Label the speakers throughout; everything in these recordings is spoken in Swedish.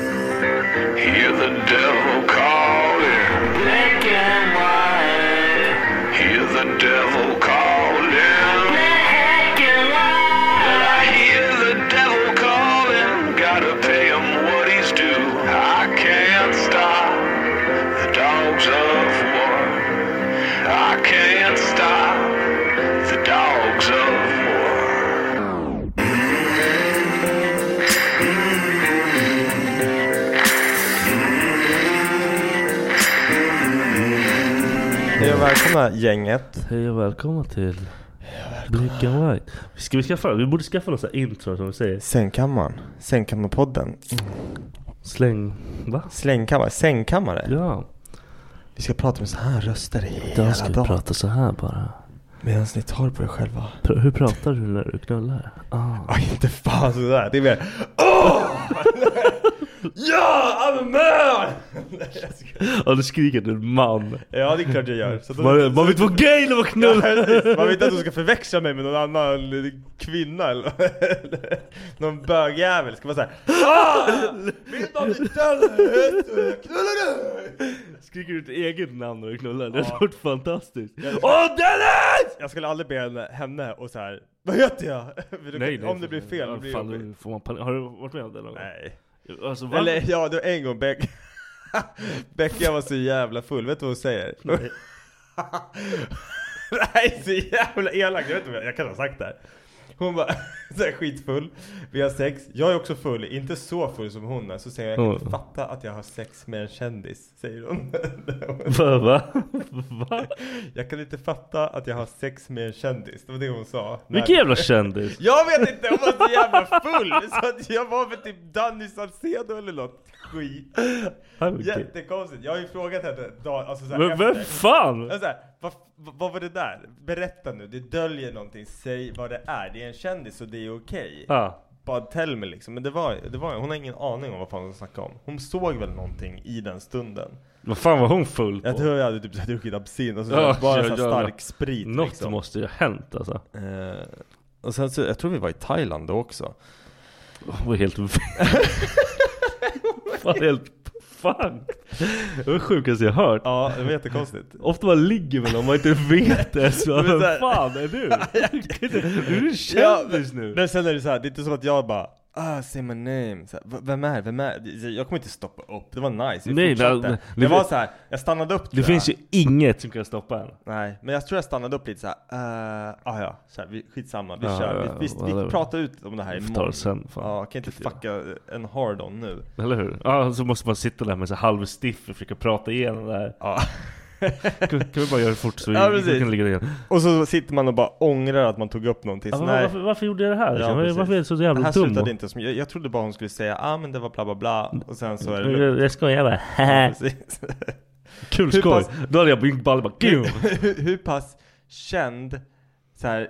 Speaker 1: Hear the devil calling. Black and white. Hear the devil calling. Black and white. I hear the devil calling. Gotta pay him what he's due. I can't stop the dogs of war. I can't stop the dogs of war.
Speaker 2: Hej och välkomna gänget.
Speaker 3: Hej och välkomna till Black and White. Vi, ska, vi, skaffa, vi borde skaffa någon sån här intro som vi säger.
Speaker 2: Sängkammaren. Sängkammarpodden.
Speaker 3: Släng... Va?
Speaker 2: Slängkammare. Sängkammare.
Speaker 3: Ja.
Speaker 2: Vi ska prata med så här röster hela
Speaker 3: Idag ska vi
Speaker 2: dagen.
Speaker 3: prata så här bara.
Speaker 2: Medan ni tar på er själva.
Speaker 3: Pr- hur pratar du när du knullar? Ah.
Speaker 2: Aj, inte fan sådär. Det är mer Åh! ja, I'm a man!
Speaker 3: Ja, du skriker du man.
Speaker 2: ja, det är klart jag gör. Så då-
Speaker 3: Man, man vet vad gay eller vad
Speaker 2: Ja,
Speaker 3: knull
Speaker 2: precis. Man vet inte att du ska förväxla mig med någon annan liten kvinna eller eller någon bögjävel. Ska man säga ah! Mitt namn är Dennis och jag knullar dig!
Speaker 3: Skriker du ditt eget namn när du knullar? Det hade varit fantastiskt. Åh Dennis!
Speaker 2: Jag skulle aldrig be henne- henne och så här. Vad heter jag? För då- om det blir fel
Speaker 3: ja,
Speaker 2: då blir det
Speaker 3: fan,
Speaker 2: jobbigt.
Speaker 3: då får man panik. Har du varit med om det någon gång?
Speaker 2: Nej.
Speaker 3: Alltså, va?
Speaker 2: Eller ja, det var en gång Beck Becka var så jävla full, vet du vad hon säger? Nej, så jävla elak, jag vet inte vad jag, jag kan ha sagt det här. Hon var så här skitfull, vi har sex, jag är också full, inte så full som hon är, så säger jag, jag kan
Speaker 3: Mm.
Speaker 2: inte fatta att jag har sex med en kändis, säger hon.
Speaker 3: Va? Va? va?
Speaker 2: jag kan inte fatta att jag har sex med en kändis, det var det hon sa. När-
Speaker 3: Vilken jävla kändis?
Speaker 2: jag vet inte, hon var så jävla full! Så att jag var väl typ Danny Saucedo eller något skit.
Speaker 3: Han var kul.
Speaker 2: Jättekonstigt, jag har ju frågat henne dag, alltså såhär
Speaker 3: Men vem fan?
Speaker 2: Alltså, såhär, vad, vad var det där? Berätta nu, det döljer någonting, säg vad det är. Det är en kändis och det är okej.
Speaker 3: Ja.
Speaker 2: Bara tell me liksom. Men det var, det var, hon har ingen aning om vad fan hon snackade om. Hon såg väl någonting i den stunden.
Speaker 3: Vad fan var hon full på?
Speaker 2: Jag tror jag hade typ såhär druckit absint och så
Speaker 3: Ja,
Speaker 2: bara såhär
Speaker 3: ja, ja, ja.
Speaker 2: stark sprit
Speaker 3: Något
Speaker 2: liksom.
Speaker 3: måste ju ha hänt alltså.
Speaker 2: Eh, och sen så, jag tror vi var i Thailand då också.
Speaker 3: Hon var helt... fan helt... Fan. Det var det sjukaste jag hört.
Speaker 2: Ja, det var jättekonstigt.
Speaker 3: Ofta man ligger med någon man inte vet det så
Speaker 2: Men så
Speaker 3: vem
Speaker 2: här-
Speaker 3: fan är du? Du är en
Speaker 2: Ja,
Speaker 3: kändis nu!
Speaker 2: Men sen är det så här, det är inte som att jag bara ah, say my name. Så här, "V- vem är Vem är Jag kommer inte stoppa upp, det var nice. Jag
Speaker 3: Nej,
Speaker 2: fortsatte.
Speaker 3: det- det-
Speaker 2: jag var så här, jag stannade upp
Speaker 3: Det
Speaker 2: tror
Speaker 3: finns
Speaker 2: jag.
Speaker 3: ju inget som kan stoppa henne.
Speaker 2: Nej, men jag tror jag stannade upp lite så här. eh, ah, ja, så här, vi, skitsamma, vi
Speaker 3: Ja,
Speaker 2: kör. Vi, vi, vi,
Speaker 3: whatever.
Speaker 2: pratar ut om det här
Speaker 3: Vi får ta det
Speaker 2: imorgon.
Speaker 3: sen. Fan.
Speaker 2: Ja, jag kan inte fucka en hard-on nu.
Speaker 3: Eller hur? Ja, så måste man sitta där med så halvstiff och försöka prata igenom det här.
Speaker 2: Ja.
Speaker 3: Kan, kan vi bara göra det fort så vi
Speaker 2: Ja,
Speaker 3: vi
Speaker 2: precis.
Speaker 3: kan ligga igen.
Speaker 2: Och så sitter man och bara ångrar att man tog upp någonting.
Speaker 3: Ja,
Speaker 2: så
Speaker 3: men
Speaker 2: nej.
Speaker 3: varför, varför gjorde jag det här? liksom?
Speaker 2: precis.
Speaker 3: varför är jag så
Speaker 2: det
Speaker 3: jävla
Speaker 2: här
Speaker 3: dum?
Speaker 2: slutade inte som, jag, jag trodde bara hon skulle säga ah men det var bla bla bla och sen så är det lugnt.
Speaker 3: Jag, jag skojar bara.
Speaker 2: Ja, precis.
Speaker 3: Kul
Speaker 2: Hur
Speaker 3: skoj!
Speaker 2: pass-
Speaker 3: Då hade jag blivit ball bara "Gud!"
Speaker 2: hur, hur pass känd så här,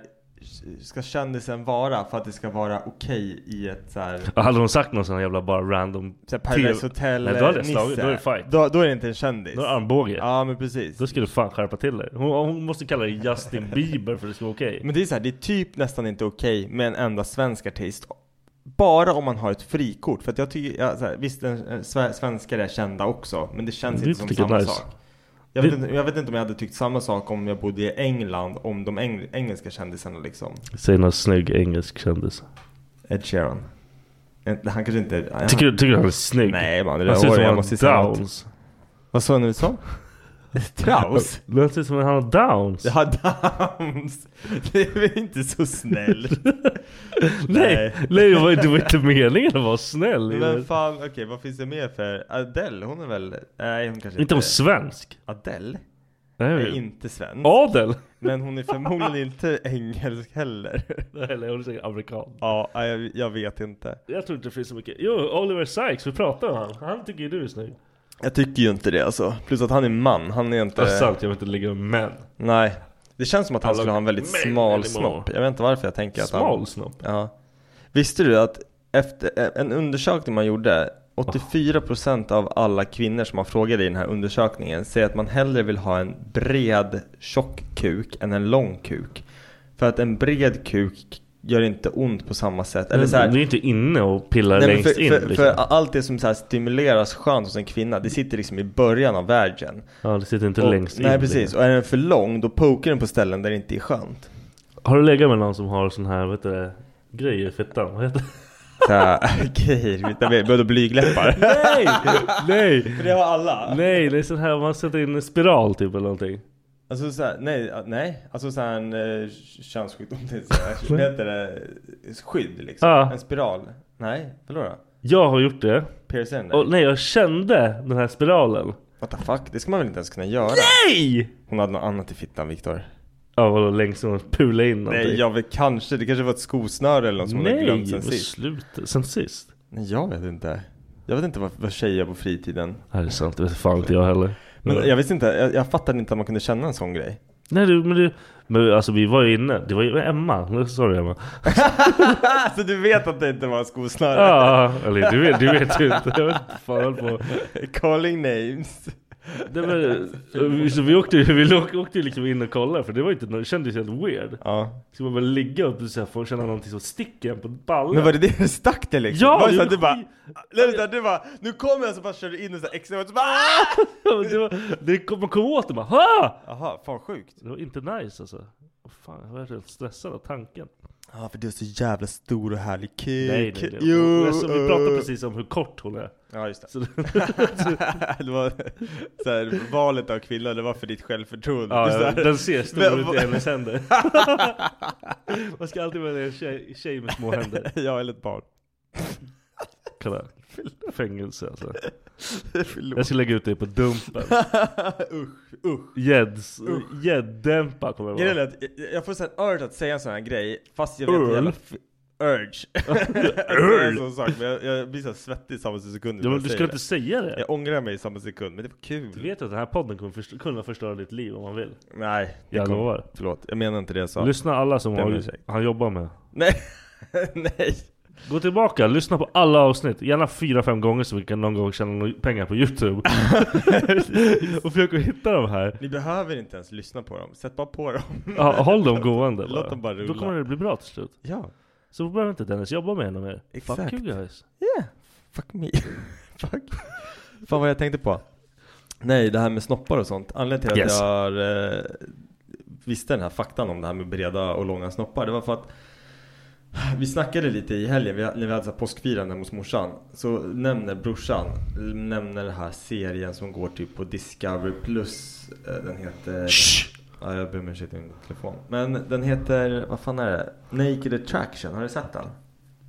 Speaker 2: ska kändisen vara för att det ska vara okej i ett så här,
Speaker 3: Ja, Hade hon sagt någon sån här jävla bara random...
Speaker 2: så här Paradise
Speaker 3: Till-
Speaker 2: Hotel
Speaker 3: Nej, då hade jag
Speaker 2: Nisse?
Speaker 3: slagit- då är det fight.
Speaker 2: Då, då är det inte en kändis.
Speaker 3: Någon armbåge?
Speaker 2: Ja men precis.
Speaker 3: Då skulle du fan skärpa till dig. Hon, hon måste kalla dig Justin Bieber för att det ska vara okej.
Speaker 2: Men det är så här, det är typ nästan inte okej med en enda svensk artist. Bara om man har ett frikort. För att jag tycker, ja, så här, visst en, en, sve- svenskar är kända också, men det känns
Speaker 3: Det
Speaker 2: inte som
Speaker 3: tycker jag
Speaker 2: samma
Speaker 3: nice.
Speaker 2: sak. Jag vet,
Speaker 3: Det-
Speaker 2: inte, jag vet inte om jag hade tyckt samma sak om jag bodde i England, om de eng, engelska kändisarna liksom.
Speaker 3: Säg någon snygg engelsk kändis.
Speaker 2: Ed Sheeran. Eh, Han kanske inte... Han,
Speaker 3: Tycker du, tycker du han är snygg?
Speaker 2: Nej man, det
Speaker 3: han
Speaker 2: där
Speaker 3: ser ut
Speaker 2: håret,
Speaker 3: som
Speaker 2: jag
Speaker 3: han
Speaker 2: måste säga
Speaker 3: har
Speaker 2: något.
Speaker 3: downs.
Speaker 2: Vad sa du nu så? Traus?
Speaker 3: Han ser ut som han har downs.
Speaker 2: Ja, Downs. Det är väl inte så snällt?
Speaker 3: nej, nej det, var, det var inte meningen att vara snäll.
Speaker 2: Men fan, okej vad finns det mer för Adele? Hon är väl, nej hon kanske
Speaker 3: inte om svensk.
Speaker 2: Adele är
Speaker 3: Nej.
Speaker 2: inte svensk
Speaker 3: Adel!
Speaker 2: Men hon är förmodligen inte engelsk heller
Speaker 3: Nej, eller hon är säkert amerikan.
Speaker 2: Ja, nej, jag, jag vet inte
Speaker 3: Jag tror inte det finns så mycket. Jo, Oliver Sykes, vi pratade om han. Han tycker ju du är snygg.
Speaker 2: Jag tycker ju inte det alltså Plus att han är man, han är
Speaker 3: Det är
Speaker 2: inte
Speaker 3: sant, jag vill inte ligga med män.
Speaker 2: Nej Det känns som att han
Speaker 3: Alla
Speaker 2: skulle ha en väldigt
Speaker 3: män
Speaker 2: smal
Speaker 3: anymore.
Speaker 2: snopp Jag vet inte varför jag tänker att
Speaker 3: Smal
Speaker 2: han
Speaker 3: snopp.
Speaker 2: Ja Visste du att efter eh, en undersökning man gjorde 84% av alla kvinnor som man frågade i den här undersökningen säger att man hellre vill ha en bred tjock kuk än en lång kuk. För att en bred kuk gör inte ont på samma sätt. Eller så här,
Speaker 3: Du Mm, är inte inne och pillar
Speaker 2: nej, men
Speaker 3: längst
Speaker 2: för,
Speaker 3: in.
Speaker 2: för,
Speaker 3: liksom.
Speaker 2: för allt det som så här stimuleras skönt hos en kvinna, det sitter liksom i början av världen.
Speaker 3: ja, det sitter inte
Speaker 2: Och,
Speaker 3: längst in.
Speaker 2: nej precis,
Speaker 3: liksom.
Speaker 2: och är den för lång då pokar den på ställen där det inte är skönt.
Speaker 3: Har du legat med någon som har sån här, vad heter det, grejer i fittan? Vad heter det?
Speaker 2: Så här, okej, okay, både blygläppar.
Speaker 3: Nej! nej!
Speaker 2: För det har alla.
Speaker 3: Nej, det är sån här man sätter in en spiral typ eller någonting.
Speaker 2: Alltså såhär, nej, äh, nej, alltså såhär en eh, könssjukdom, det är såhär, vad heter det, skydd liksom?
Speaker 3: Ja.
Speaker 2: En spiral? Nej, vadå då?
Speaker 3: Jag har gjort det.
Speaker 2: PRCn?
Speaker 3: Och nej, jag kände den här spiralen.
Speaker 2: What the fuck, det ska man väl inte ens kunna göra?
Speaker 3: Nej!
Speaker 2: Hon hade något annat i fittan Typ. Viktor
Speaker 3: Ja vadå längst ner och pula in någonting?
Speaker 2: Nej, jag vet kanske, det kanske var ett skosnöre eller något som hon hade glömt
Speaker 3: Nej,
Speaker 2: sen
Speaker 3: vad
Speaker 2: sist
Speaker 3: slut. Sen sist?
Speaker 2: Nej, jag vet inte Jag vet inte vad, vad tjejer gör på fritiden
Speaker 3: Nej det är sant, det vet fan inte jag heller.
Speaker 2: Men
Speaker 3: Ja.
Speaker 2: jag visste inte, jag, jag fattade inte att man kunde känna en sån grej
Speaker 3: Nej du, men du. Men alltså vi var ju inne. Det var ju Emma. Nu- Sorry Emma.
Speaker 2: Alltså du vet att det inte var skosnöre?
Speaker 3: Ja, eller du vet, du vet ju inte. Jag vet inte fan jag höll på.
Speaker 2: Calling names
Speaker 3: Det var, så vi åkte ju vi åkte, åkte ju liksom in och kollade för det var ju inte, det kändes ju helt weird.
Speaker 2: Ja
Speaker 3: Ska man bara ligga upp och så här, få känna någonting som sticker en på ballen?
Speaker 2: Men var det det du stack det liksom?
Speaker 3: Ja,
Speaker 2: Var det så
Speaker 3: det
Speaker 2: att du
Speaker 3: gjorde
Speaker 2: bara,
Speaker 3: skit. Alltså,
Speaker 2: nej, utan du bara, nu kommer jag så bara kör du in och så här extra och så bara "Ah!"
Speaker 3: Ja, men det var, det kom, man kom åt det bara ha!
Speaker 2: Jaha, fan sjukt
Speaker 3: Det var inte nice alltså. Åh, Fan, jag var helt stressad av tanken.
Speaker 2: Ja för du är så jävla stor och härlig kuk
Speaker 3: Nej, nej, nej.
Speaker 2: Jo,
Speaker 3: Jo, alltså, vi pratade
Speaker 2: eh.
Speaker 3: precis om hur kort hon är.
Speaker 2: Ja just det
Speaker 3: Så,
Speaker 2: Det var så här, valet av kvinna, det var för ditt självförtroende Det är så
Speaker 3: ja,
Speaker 2: här,
Speaker 3: den ser
Speaker 2: Men
Speaker 3: stor ut
Speaker 2: vad-
Speaker 3: i hennes händer. man ska alltid vara en tjej, tjej med små händer.
Speaker 2: Jag eller ett barn
Speaker 3: Kolla, fängelse alltså. Jag
Speaker 2: Förlåt
Speaker 3: ska lägga ut dig på dumpen.
Speaker 2: Usch, usch
Speaker 3: Gädds- Gäddämpa kommer
Speaker 2: Grejen
Speaker 3: det
Speaker 2: är
Speaker 3: vara.
Speaker 2: att jag- jag får sån urge att säga en sån här grej fast jag vet
Speaker 3: Url.
Speaker 2: jävla f- Urge! Att säga en sån sak, men jag, jag blir så här svettig i samma sekund
Speaker 3: Ja, men
Speaker 2: jag
Speaker 3: du
Speaker 2: säger det.
Speaker 3: ska inte säga det.
Speaker 2: Jag ångrar mig i samma sekund, men det var kul.
Speaker 3: Du vet att den här podden kommer förstö- kunna förstöra ditt liv om man vill.
Speaker 2: Nej, det
Speaker 3: Jag
Speaker 2: kom-
Speaker 3: lovar.
Speaker 2: Förlåt, jag menar inte det jag sa.
Speaker 3: Lyssna alla som
Speaker 2: Det är min
Speaker 3: har,
Speaker 2: ursäkt.
Speaker 3: han jobbar med.
Speaker 2: Nej, nej.
Speaker 3: Gå tillbaka, lyssna på alla avsnitt. Gärna 4-5 gånger så vi kan någon gång tjäna några pengar på Youtube. och försöka hitta de här.
Speaker 2: Ni behöver inte ens lyssna på dem. Sätt bara på dem.
Speaker 3: Ja, håll dem gående bara.
Speaker 2: Låt dem bara rulla.
Speaker 3: Då kommer det bli bra till slut.
Speaker 2: Ja,
Speaker 3: Så behöver inte Dennis jobba med henne mer.
Speaker 2: Exakt.
Speaker 3: Fuck you guys.
Speaker 2: yeah. Fuck me. Fuck. Fan vad jag tänkte på. Nej, det här med snoppar och sånt. Anledningen till att
Speaker 3: Yes.
Speaker 2: jag har, eh, visste den här faktan om det här med breda och långa snoppar, det var för att Vi snackade lite i helgen, vi, när vi hade så här påskfirande hos morsan. Så nämner brorsan, nämner den här serien som går typ på Discovery Plus. Eh, Den heter... Ja, jag ber om ursäkt i min telefon. Men den heter, vad fan är det? Naked Attraction, har du sett den?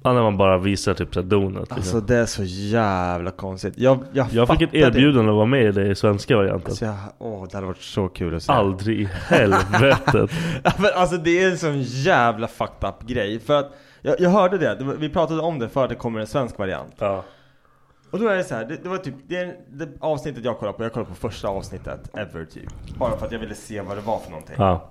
Speaker 3: Ja, när man bara visar typ såhär donut.
Speaker 2: Alltså
Speaker 3: Liksom.
Speaker 2: det är så jävla konstigt. Jag, jag,
Speaker 3: Jag fick ett
Speaker 2: fattade-
Speaker 3: erbjudande att vara med i det i svenska varianten.
Speaker 2: Alltså, jag, åh, det hade varit så kul att se.
Speaker 3: Aldrig i helvetet.
Speaker 2: Ja, men alltså det är en sån jävla fucked up grej. För att jag, jag hörde det, det, var- vi pratade om det för att det kommer en svensk variant.
Speaker 3: ja.
Speaker 2: Och då är det så här, det, det var typ det, det avsnittet jag kollade på, jag kollade på första avsnittet ever typ. Bara för att jag ville se vad det var för någonting.
Speaker 3: ja.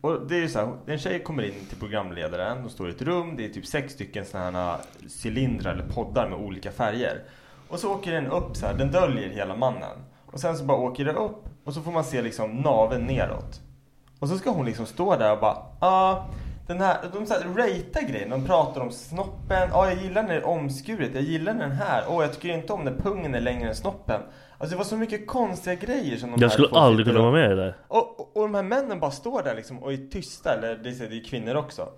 Speaker 2: Och det är ju så här, en tjej kommer in till programledaren, de står i ett rum, det är typ sex stycken sådana här cylindrar eller poddar med olika färger. Och så åker den upp så här, den döljer hela mannen. Och sen så bara åker det upp och så får man se liksom naveln neråt. Och så ska hon liksom stå där och bara, ah, den här, de så här ratear grejen, de pratar om snoppen, ja ah, jag gillar när det är omskuret, jag gillar när den här, åh jag tycker inte om när pungen är längre än snoppen. Alltså det var så mycket konstiga grejer som de här
Speaker 3: Jag skulle
Speaker 2: två
Speaker 3: aldrig
Speaker 2: sitter
Speaker 3: kunna
Speaker 2: och-
Speaker 3: vara med i det.
Speaker 2: och, och, och de här männen bara står där liksom och är tysta, eller det är, så- det är kvinnor också.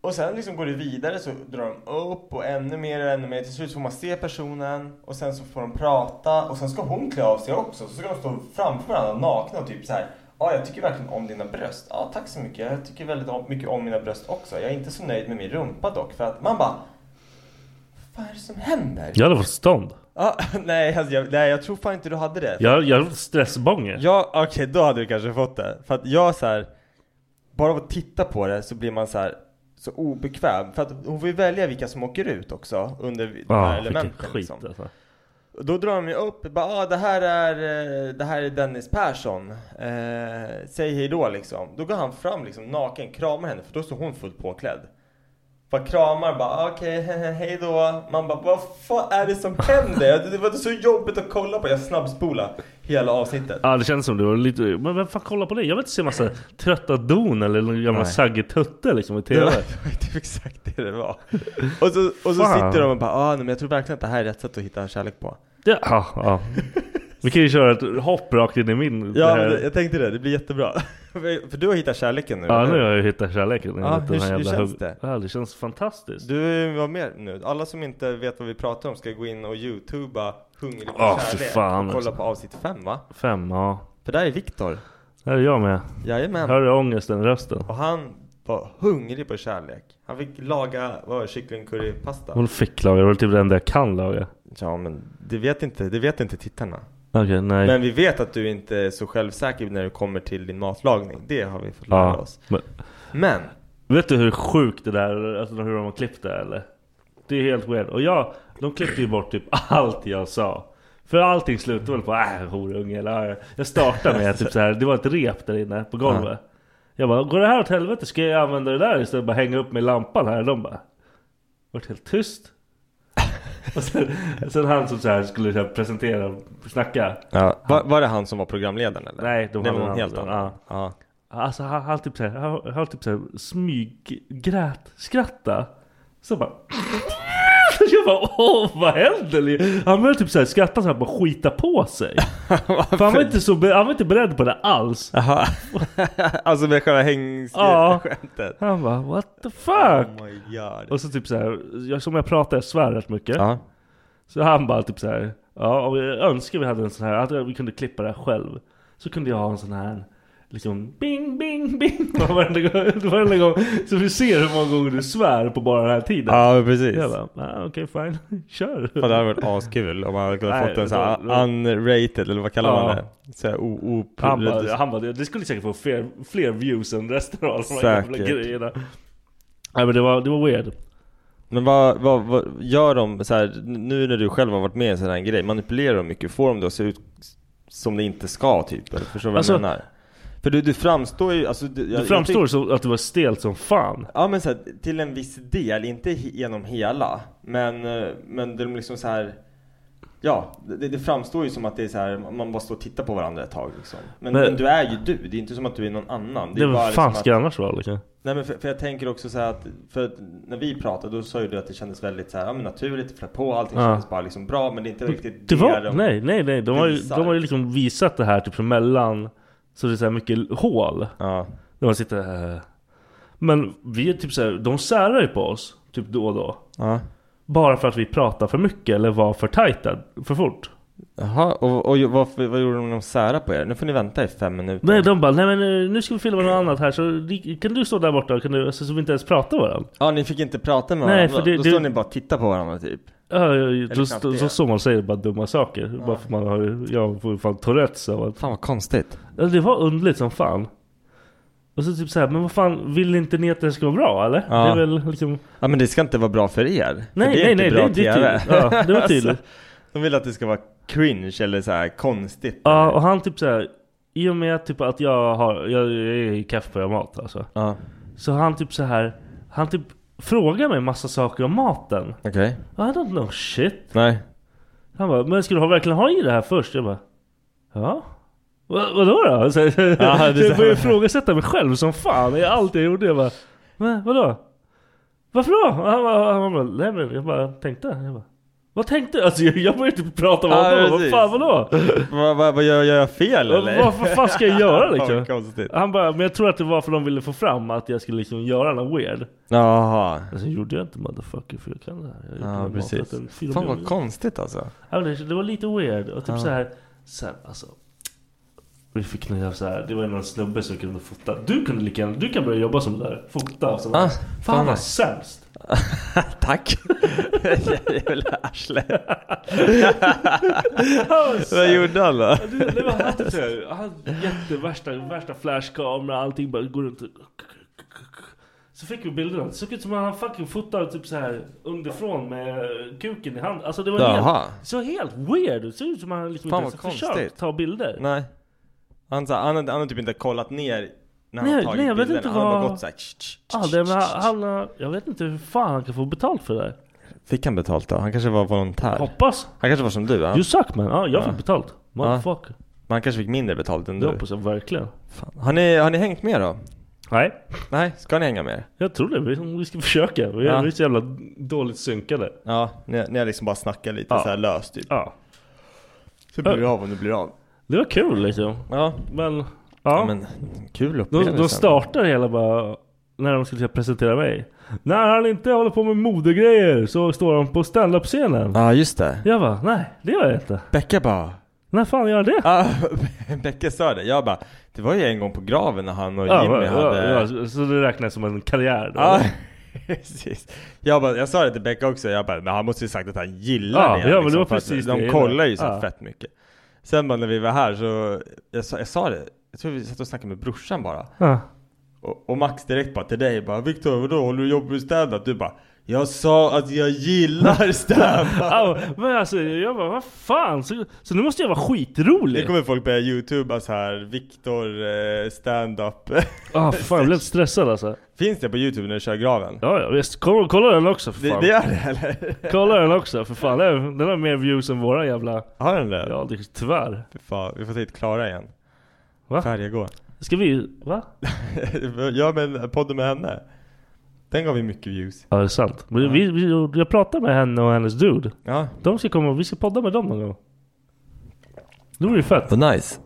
Speaker 2: Och sen liksom går det vidare så drar de upp och ännu mer och ännu mer. Till slut får man se personen och sen så får de prata och sen ska hon klä av sig också. Så ska de stå framför varandra nakna och typ så här. Ja, jag tycker verkligen om dina bröst. Ja, tack så mycket. Jag tycker väldigt om, mycket om mina bröst också. Jag är inte så nöjd med min rumpa dock för att man bara. Vad är det som händer?
Speaker 3: Jag hade fått stånd.
Speaker 2: Ja, nej, alltså, jag, nej, jag tror fan inte du hade det.
Speaker 3: Jag, jag hade fått stressbånger.
Speaker 2: Ja, okej, då hade du kanske fått det. För att jag så här, bara av att titta på det så blir man så här så obekväm. För att hon får ju välja vilka som åker ut också under de här
Speaker 3: Ja, Ah, vilken
Speaker 2: elementen.
Speaker 3: skit
Speaker 2: Liksom.
Speaker 3: alltså.
Speaker 2: Och Då drar de ju upp, bara, ah, det, här är, eh, det här är Dennis Persson, eh, säg hej då liksom. Då går han fram liksom naken, kramar henne, för då står hon fullt påklädd. Bara kramar, bara ah, okej, hehe, hej då. Man bara, vad fan är det som händer? Det- Det var så jobbigt att kolla på. Jag snabbspola hela avsnittet.
Speaker 3: Ja det kändes som det var lite... Men vem fan kollar på det? Jag vill inte se massa trötta don eller någon gamla
Speaker 2: Nej.
Speaker 3: saggig tutte liksom i
Speaker 2: Det
Speaker 3: TV.
Speaker 2: var, det var typ exakt det det var. Och så, och så
Speaker 3: Fan.
Speaker 2: sitter de och bara ah, nej, men jag tror verkligen att det här är rätt sätt att hitta en kärlek på.
Speaker 3: Ja, ja, ja. Vi kan ju köra ett hopp rakt in i min... det
Speaker 2: Ja,
Speaker 3: här-
Speaker 2: men det, jag tänkte det. Det blir jättebra. för, för du har hittat kärleken nu.
Speaker 3: ja
Speaker 2: eller
Speaker 3: nu
Speaker 2: hur?
Speaker 3: har jag ju hittat kärleken.
Speaker 2: Ja,
Speaker 3: enligt
Speaker 2: hur-
Speaker 3: den här
Speaker 2: hur
Speaker 3: jävla
Speaker 2: känns
Speaker 3: hugg-
Speaker 2: det?
Speaker 3: Ja, det känns fantastastiskt.
Speaker 2: Du var med nu. Alla som inte vet vad vi pratar om ska gå in och youtuba Hungrig på
Speaker 3: Åh, för
Speaker 2: kärlek
Speaker 3: fan,
Speaker 2: och kolla
Speaker 3: alltså.
Speaker 2: på avsnitt 5 va?
Speaker 3: Fem, ja.
Speaker 2: För där är Viktor.
Speaker 3: Här är jag med.
Speaker 2: Jajamän.
Speaker 3: Hör du ångesten i rösten?
Speaker 2: Och han var hungrig på kärlek. Han fick laga, vad var det, kycklingcurrypasta?
Speaker 3: Hon fick laga, det var typ det enda jag kan laga.
Speaker 2: Ja men det vet inte, det vet inte tittarna.
Speaker 3: Okej, nej.
Speaker 2: Men vi vet att du inte är så självsäker när det kommer till din matlagning. Det har vi fått lära
Speaker 3: ja.
Speaker 2: oss.
Speaker 3: men,
Speaker 2: Men,
Speaker 3: vet du hur sjukt det där, alltså hur de har klippt det eller? Det är helt weird. Och jag, de klippte ju bort typ allt jag sa. För allting slutade väl på äh, horunge eller äh. Jag startade med typ så här. det var ett rep där inne på golvet. Jag bara, går det här åt helvete? Ska jag använda det där istället för att bara hänga upp med lampan här? De bara, vart helt tyst. Och sen, sen han som så här skulle så här presentera, snacka.
Speaker 2: ja, var, var det han som var programledaren eller?
Speaker 3: Nej, de
Speaker 2: det
Speaker 3: hade
Speaker 2: var
Speaker 3: en
Speaker 2: någon helt
Speaker 3: annan.
Speaker 2: annan. Ja.
Speaker 3: Alltså han, han typ såhär, han, han typ såhär smyggrät, skratta Så bara Jag bara åh vad händer? Han började typ såhär skratta såhär bara skita på sig För han var inte så, be- han var inte beredd på det alls
Speaker 2: Aha. alltså med själva hängskämtet.
Speaker 3: Han bara what the fuck?
Speaker 2: Oh my god.
Speaker 3: Och så typ såhär, jag, som jag pratar, jag svär rätt mycket
Speaker 2: ja.
Speaker 3: Så han bara typ såhär, ja och jag önskar vi hade en sån här, att vi kunde klippa det här själv Så kunde jag ha en sån här Liksom bing bing bing varenda gång, varenda gång. Så vi ser hur många gånger du svär på bara den här tiden
Speaker 2: ja, precis.
Speaker 3: Jag bara, ah, okej fine, kör!
Speaker 2: Fan, det hade varit askul om man hade kunnat
Speaker 3: Nej,
Speaker 2: fått en
Speaker 3: det
Speaker 2: sån här
Speaker 3: var-
Speaker 2: unrated, eller vad kallar
Speaker 3: Ja.
Speaker 2: man det? Såhär
Speaker 3: Han bara,
Speaker 2: oproducerat.
Speaker 3: han bara, det skulle säkert få fler, fler views än resten av alla de här jävla
Speaker 2: Säkert.
Speaker 3: grejerna Nej men det var, det var weird
Speaker 2: Men vad, vad, vad gör de, så här, nu när du själv har varit med i en sån här grej, manipulerar de mycket? Får de det att se ut som det inte ska typ? Eller förstår du vad
Speaker 3: Alltså-
Speaker 2: jag menar? För du, du framstår ju, alltså, du, jag-
Speaker 3: Det
Speaker 2: jag
Speaker 3: framstår
Speaker 2: tyck-
Speaker 3: som att det var stelt som fan
Speaker 2: Ja men så här, till en viss del, inte he- genom hela. Men, eh, men de liksom så här. Ja, det, det framstår ju som att det är så här, man bara står och tittar på varandra ett tag liksom. Men,
Speaker 3: Men-
Speaker 2: men, du är ju du, det är inte som att du är någon annan.
Speaker 3: Det,
Speaker 2: är bara
Speaker 3: vad fan
Speaker 2: liksom att-
Speaker 3: ska det annars vara liksom?
Speaker 2: Nej men för, för jag tänker också så här att, för att när vi pratade då sa ju du att det kändes väldigt så här, ja, men naturligt, flöt på, allting
Speaker 3: Ja.
Speaker 2: kändes bara liksom bra men det är inte riktigt
Speaker 3: Det var,
Speaker 2: de-
Speaker 3: nej, nej, nej. De har, ju,
Speaker 2: visar.
Speaker 3: de har ju liksom visat det här typ mellan, så det är så här mycket hål.
Speaker 2: Ja.
Speaker 3: När man sitter här. eh. Men vi är typ såhär, de särar ju på oss typ då och då.
Speaker 2: Ja.
Speaker 3: Bara för att vi pratar för mycket eller var för tajta för fort.
Speaker 2: Jaha, och, och ju- varför, vad gjorde de när de särade på er? Nu får ni vänta i fem minuter.
Speaker 3: Nej de bara, nej men eh, nu ska vi filma något annat här så li- kan du stå där borta och kan du, alltså, så vi inte ens pratar med varandra.
Speaker 2: Ja, ni fick inte prata med
Speaker 3: Nej,
Speaker 2: varandra.
Speaker 3: för det-
Speaker 2: då
Speaker 3: det-
Speaker 2: står ni bara och tittar på varandra typ.
Speaker 3: Ja, ja, ja, då,
Speaker 2: knappt
Speaker 3: då,
Speaker 2: det.
Speaker 3: så, som man säger bara dumma saker. Bara för man har, jag får ju fan Tourettes av att
Speaker 2: Fan vad konstigt.
Speaker 3: Ja, Alltså, det var underligt som fan. Och så typ så här, men vad fan, vill inte ni att det ska vara bra eller?
Speaker 2: Ja.
Speaker 3: Det är väl liksom...
Speaker 2: Ja men det ska inte vara bra för er.
Speaker 3: Nej,
Speaker 2: för det är
Speaker 3: nej,
Speaker 2: inte
Speaker 3: nej,
Speaker 2: bra
Speaker 3: det- det är
Speaker 2: TV.
Speaker 3: tydligt. Ja, det
Speaker 2: Alltså.
Speaker 3: var tydligt.
Speaker 2: de vill att det ska vara cringe eller så här konstigt.
Speaker 3: Ja, och han typ så här, i och med typ att jag har, jag, jag är ju kaff på att göra mat alltså.
Speaker 2: Ja,
Speaker 3: Så han typ så här, han typ frågar mig massa saker om maten.
Speaker 2: okej.
Speaker 3: I don't know shit.
Speaker 2: Nej.
Speaker 3: Han bara, men ska du ha- verkligen ha i det här först? Jag bara, ja. Va, vadå då? Så,
Speaker 2: Ja, det-
Speaker 3: jag började ifrågasätta mig själv som fan i allt jag gjorde. Jag bara, men vadå? Varför då? Och Han bara, han bara nej men jag bara tänkte. Jag bara, vad tänkte du? Alltså jag, jag började typ prata med
Speaker 2: Ja,
Speaker 3: honom. vad
Speaker 2: precis.
Speaker 3: fan vadå?
Speaker 2: Vad vad- vad gör, gör jag fel
Speaker 3: Vad,
Speaker 2: eller?
Speaker 3: vad fan ska jag göra
Speaker 2: Fan,
Speaker 3: liksom?
Speaker 2: vad konstigt.
Speaker 3: Han bara, men jag tror att det var för de ville få fram att jag skulle liksom göra något weird.
Speaker 2: Jaha.
Speaker 3: Alltså gjorde jag inte motherfucker för jag kan det här. Jag gjorde
Speaker 2: Ja
Speaker 3: maten
Speaker 2: precis.
Speaker 3: en fyra
Speaker 2: Fan vad
Speaker 3: miljoner.
Speaker 2: konstigt alltså.
Speaker 3: Ja, men det, det var lite weird och typ så här sen alltså vi fick någon jävla så här, det var någon snubbe som kunde fota. Du kunde lika gärna, du kan börja jobba som det där. Fota och sådär.
Speaker 2: Ah,
Speaker 3: Fan
Speaker 2: fan.
Speaker 3: vad sämst.
Speaker 2: Tack. Jävla arsle.
Speaker 3: Han var
Speaker 2: Vad
Speaker 3: sämst.
Speaker 2: gjorde han då?
Speaker 3: Det, det var han typ så här, han jättevärsta, värsta flashkamera, allting bara går runt och... Så fick vi bilderna, det såg ut som att han fucking fotade typ så här underifrån med kuken i handen. Alltså det var
Speaker 2: Jaha.
Speaker 3: helt, så helt weird, det såg ut som att han liksom
Speaker 2: Fan,
Speaker 3: inte
Speaker 2: vad
Speaker 3: ens har försökt
Speaker 2: konstigt.
Speaker 3: ta bilder.
Speaker 2: Nej. Han, så, han, har- han har typ inte kollat ner när han
Speaker 3: Nej,
Speaker 2: har tagit
Speaker 3: nej, jag vet
Speaker 2: bilderna.
Speaker 3: inte
Speaker 2: han har bara
Speaker 3: vad-
Speaker 2: gått såhär. tsch, tsch, tsch,
Speaker 3: Ah, det, men han, han, har- jag vet inte hur fan han kan få betalt för det här.
Speaker 2: Fick han betalt då? Han kanske var volontär?
Speaker 3: Hoppas!
Speaker 2: Han kanske var som du? Han,
Speaker 3: You suck man! Ja, jag fick betalt. Motherfucker.
Speaker 2: men han kanske fick mindre betalt än
Speaker 3: Det
Speaker 2: du?
Speaker 3: hoppas jag verkligen.
Speaker 2: Fan. Har, ni, har ni hängt med då?
Speaker 3: Nej,
Speaker 2: Nej, ska ni hänga med?
Speaker 3: jag tror det. Vi, vi ska försöka. Vi är,
Speaker 2: Ja.
Speaker 3: vi är så jävla dåligt synkade.
Speaker 2: Ja, ni, ni har liksom bara snackat lite
Speaker 3: Ja.
Speaker 2: så här löst typ.
Speaker 3: Ja.
Speaker 2: Så blir du av om du blir av.
Speaker 3: Det var kul liksom.
Speaker 2: Ja,
Speaker 3: Men, ja.
Speaker 2: ja. men kul upplevelse.
Speaker 3: de, de startar hela bara... När de skulle presentera mig. När han inte håller på med modegrejer så står han på standup-scenen.
Speaker 2: Ja, just det.
Speaker 3: Jag bara, nej det gör jag inte.
Speaker 2: Becka bara...
Speaker 3: När fan gör jag det?
Speaker 2: Ah, Becka sa det. Jag bara, det var ju en gång på graven när han och
Speaker 3: Ja,
Speaker 2: Jimmy
Speaker 3: ja,
Speaker 2: hade...
Speaker 3: ja, så- så det räknas som en karriär då?
Speaker 2: Ja, precis. Jag, bara, jag sa det till Becka också, jag bara, men han måste ju sagt att han gillar
Speaker 3: Ja,
Speaker 2: det. Liksom,
Speaker 3: ja, men det var
Speaker 2: för att
Speaker 3: precis
Speaker 2: de
Speaker 3: det jag
Speaker 2: kollar ju så
Speaker 3: gillade. Ja.
Speaker 2: fett mycket. Sen bara när vi var här så, jag sa, jag sa det, jag tror vi satt och snackade med brorsan bara.
Speaker 3: Ja.
Speaker 2: Och, och Max direkt bara till dig bara, Viktor vadå håller du jobb med stand-up? Du bara, jag sa att jag gillar stand-up.
Speaker 3: Ja, men alltså jag bara vad fan så, så nu måste jag vara
Speaker 2: Det
Speaker 3: skitrolig.
Speaker 2: kommer folk börja youtuba så här, Viktor eh, stand-up.
Speaker 3: Ah fan jag blev stressad alltså.
Speaker 2: Finns det på youtube när du kör graven?
Speaker 3: Ja ja visst, kolla, kolla den också för
Speaker 2: Det,
Speaker 3: fan.
Speaker 2: det gör det eller?
Speaker 3: Kolla den också för fan. Den den har mer views än våra jävla...
Speaker 2: Har den det?
Speaker 3: Ja det, tyvärr.
Speaker 2: Fy Fan, vi får ta hit Klara igen.
Speaker 3: Va?
Speaker 2: Färjegård.
Speaker 3: Ska vi... Va?
Speaker 2: Ja men podden med henne Den gav ju mycket views
Speaker 3: Ja det är sant. Men vi, vi, jag pratade med henne och hennes dude.
Speaker 2: Ja
Speaker 3: De ska komma och vi ska podda med dem någon gång. Det vore ju fett.
Speaker 2: Vad nice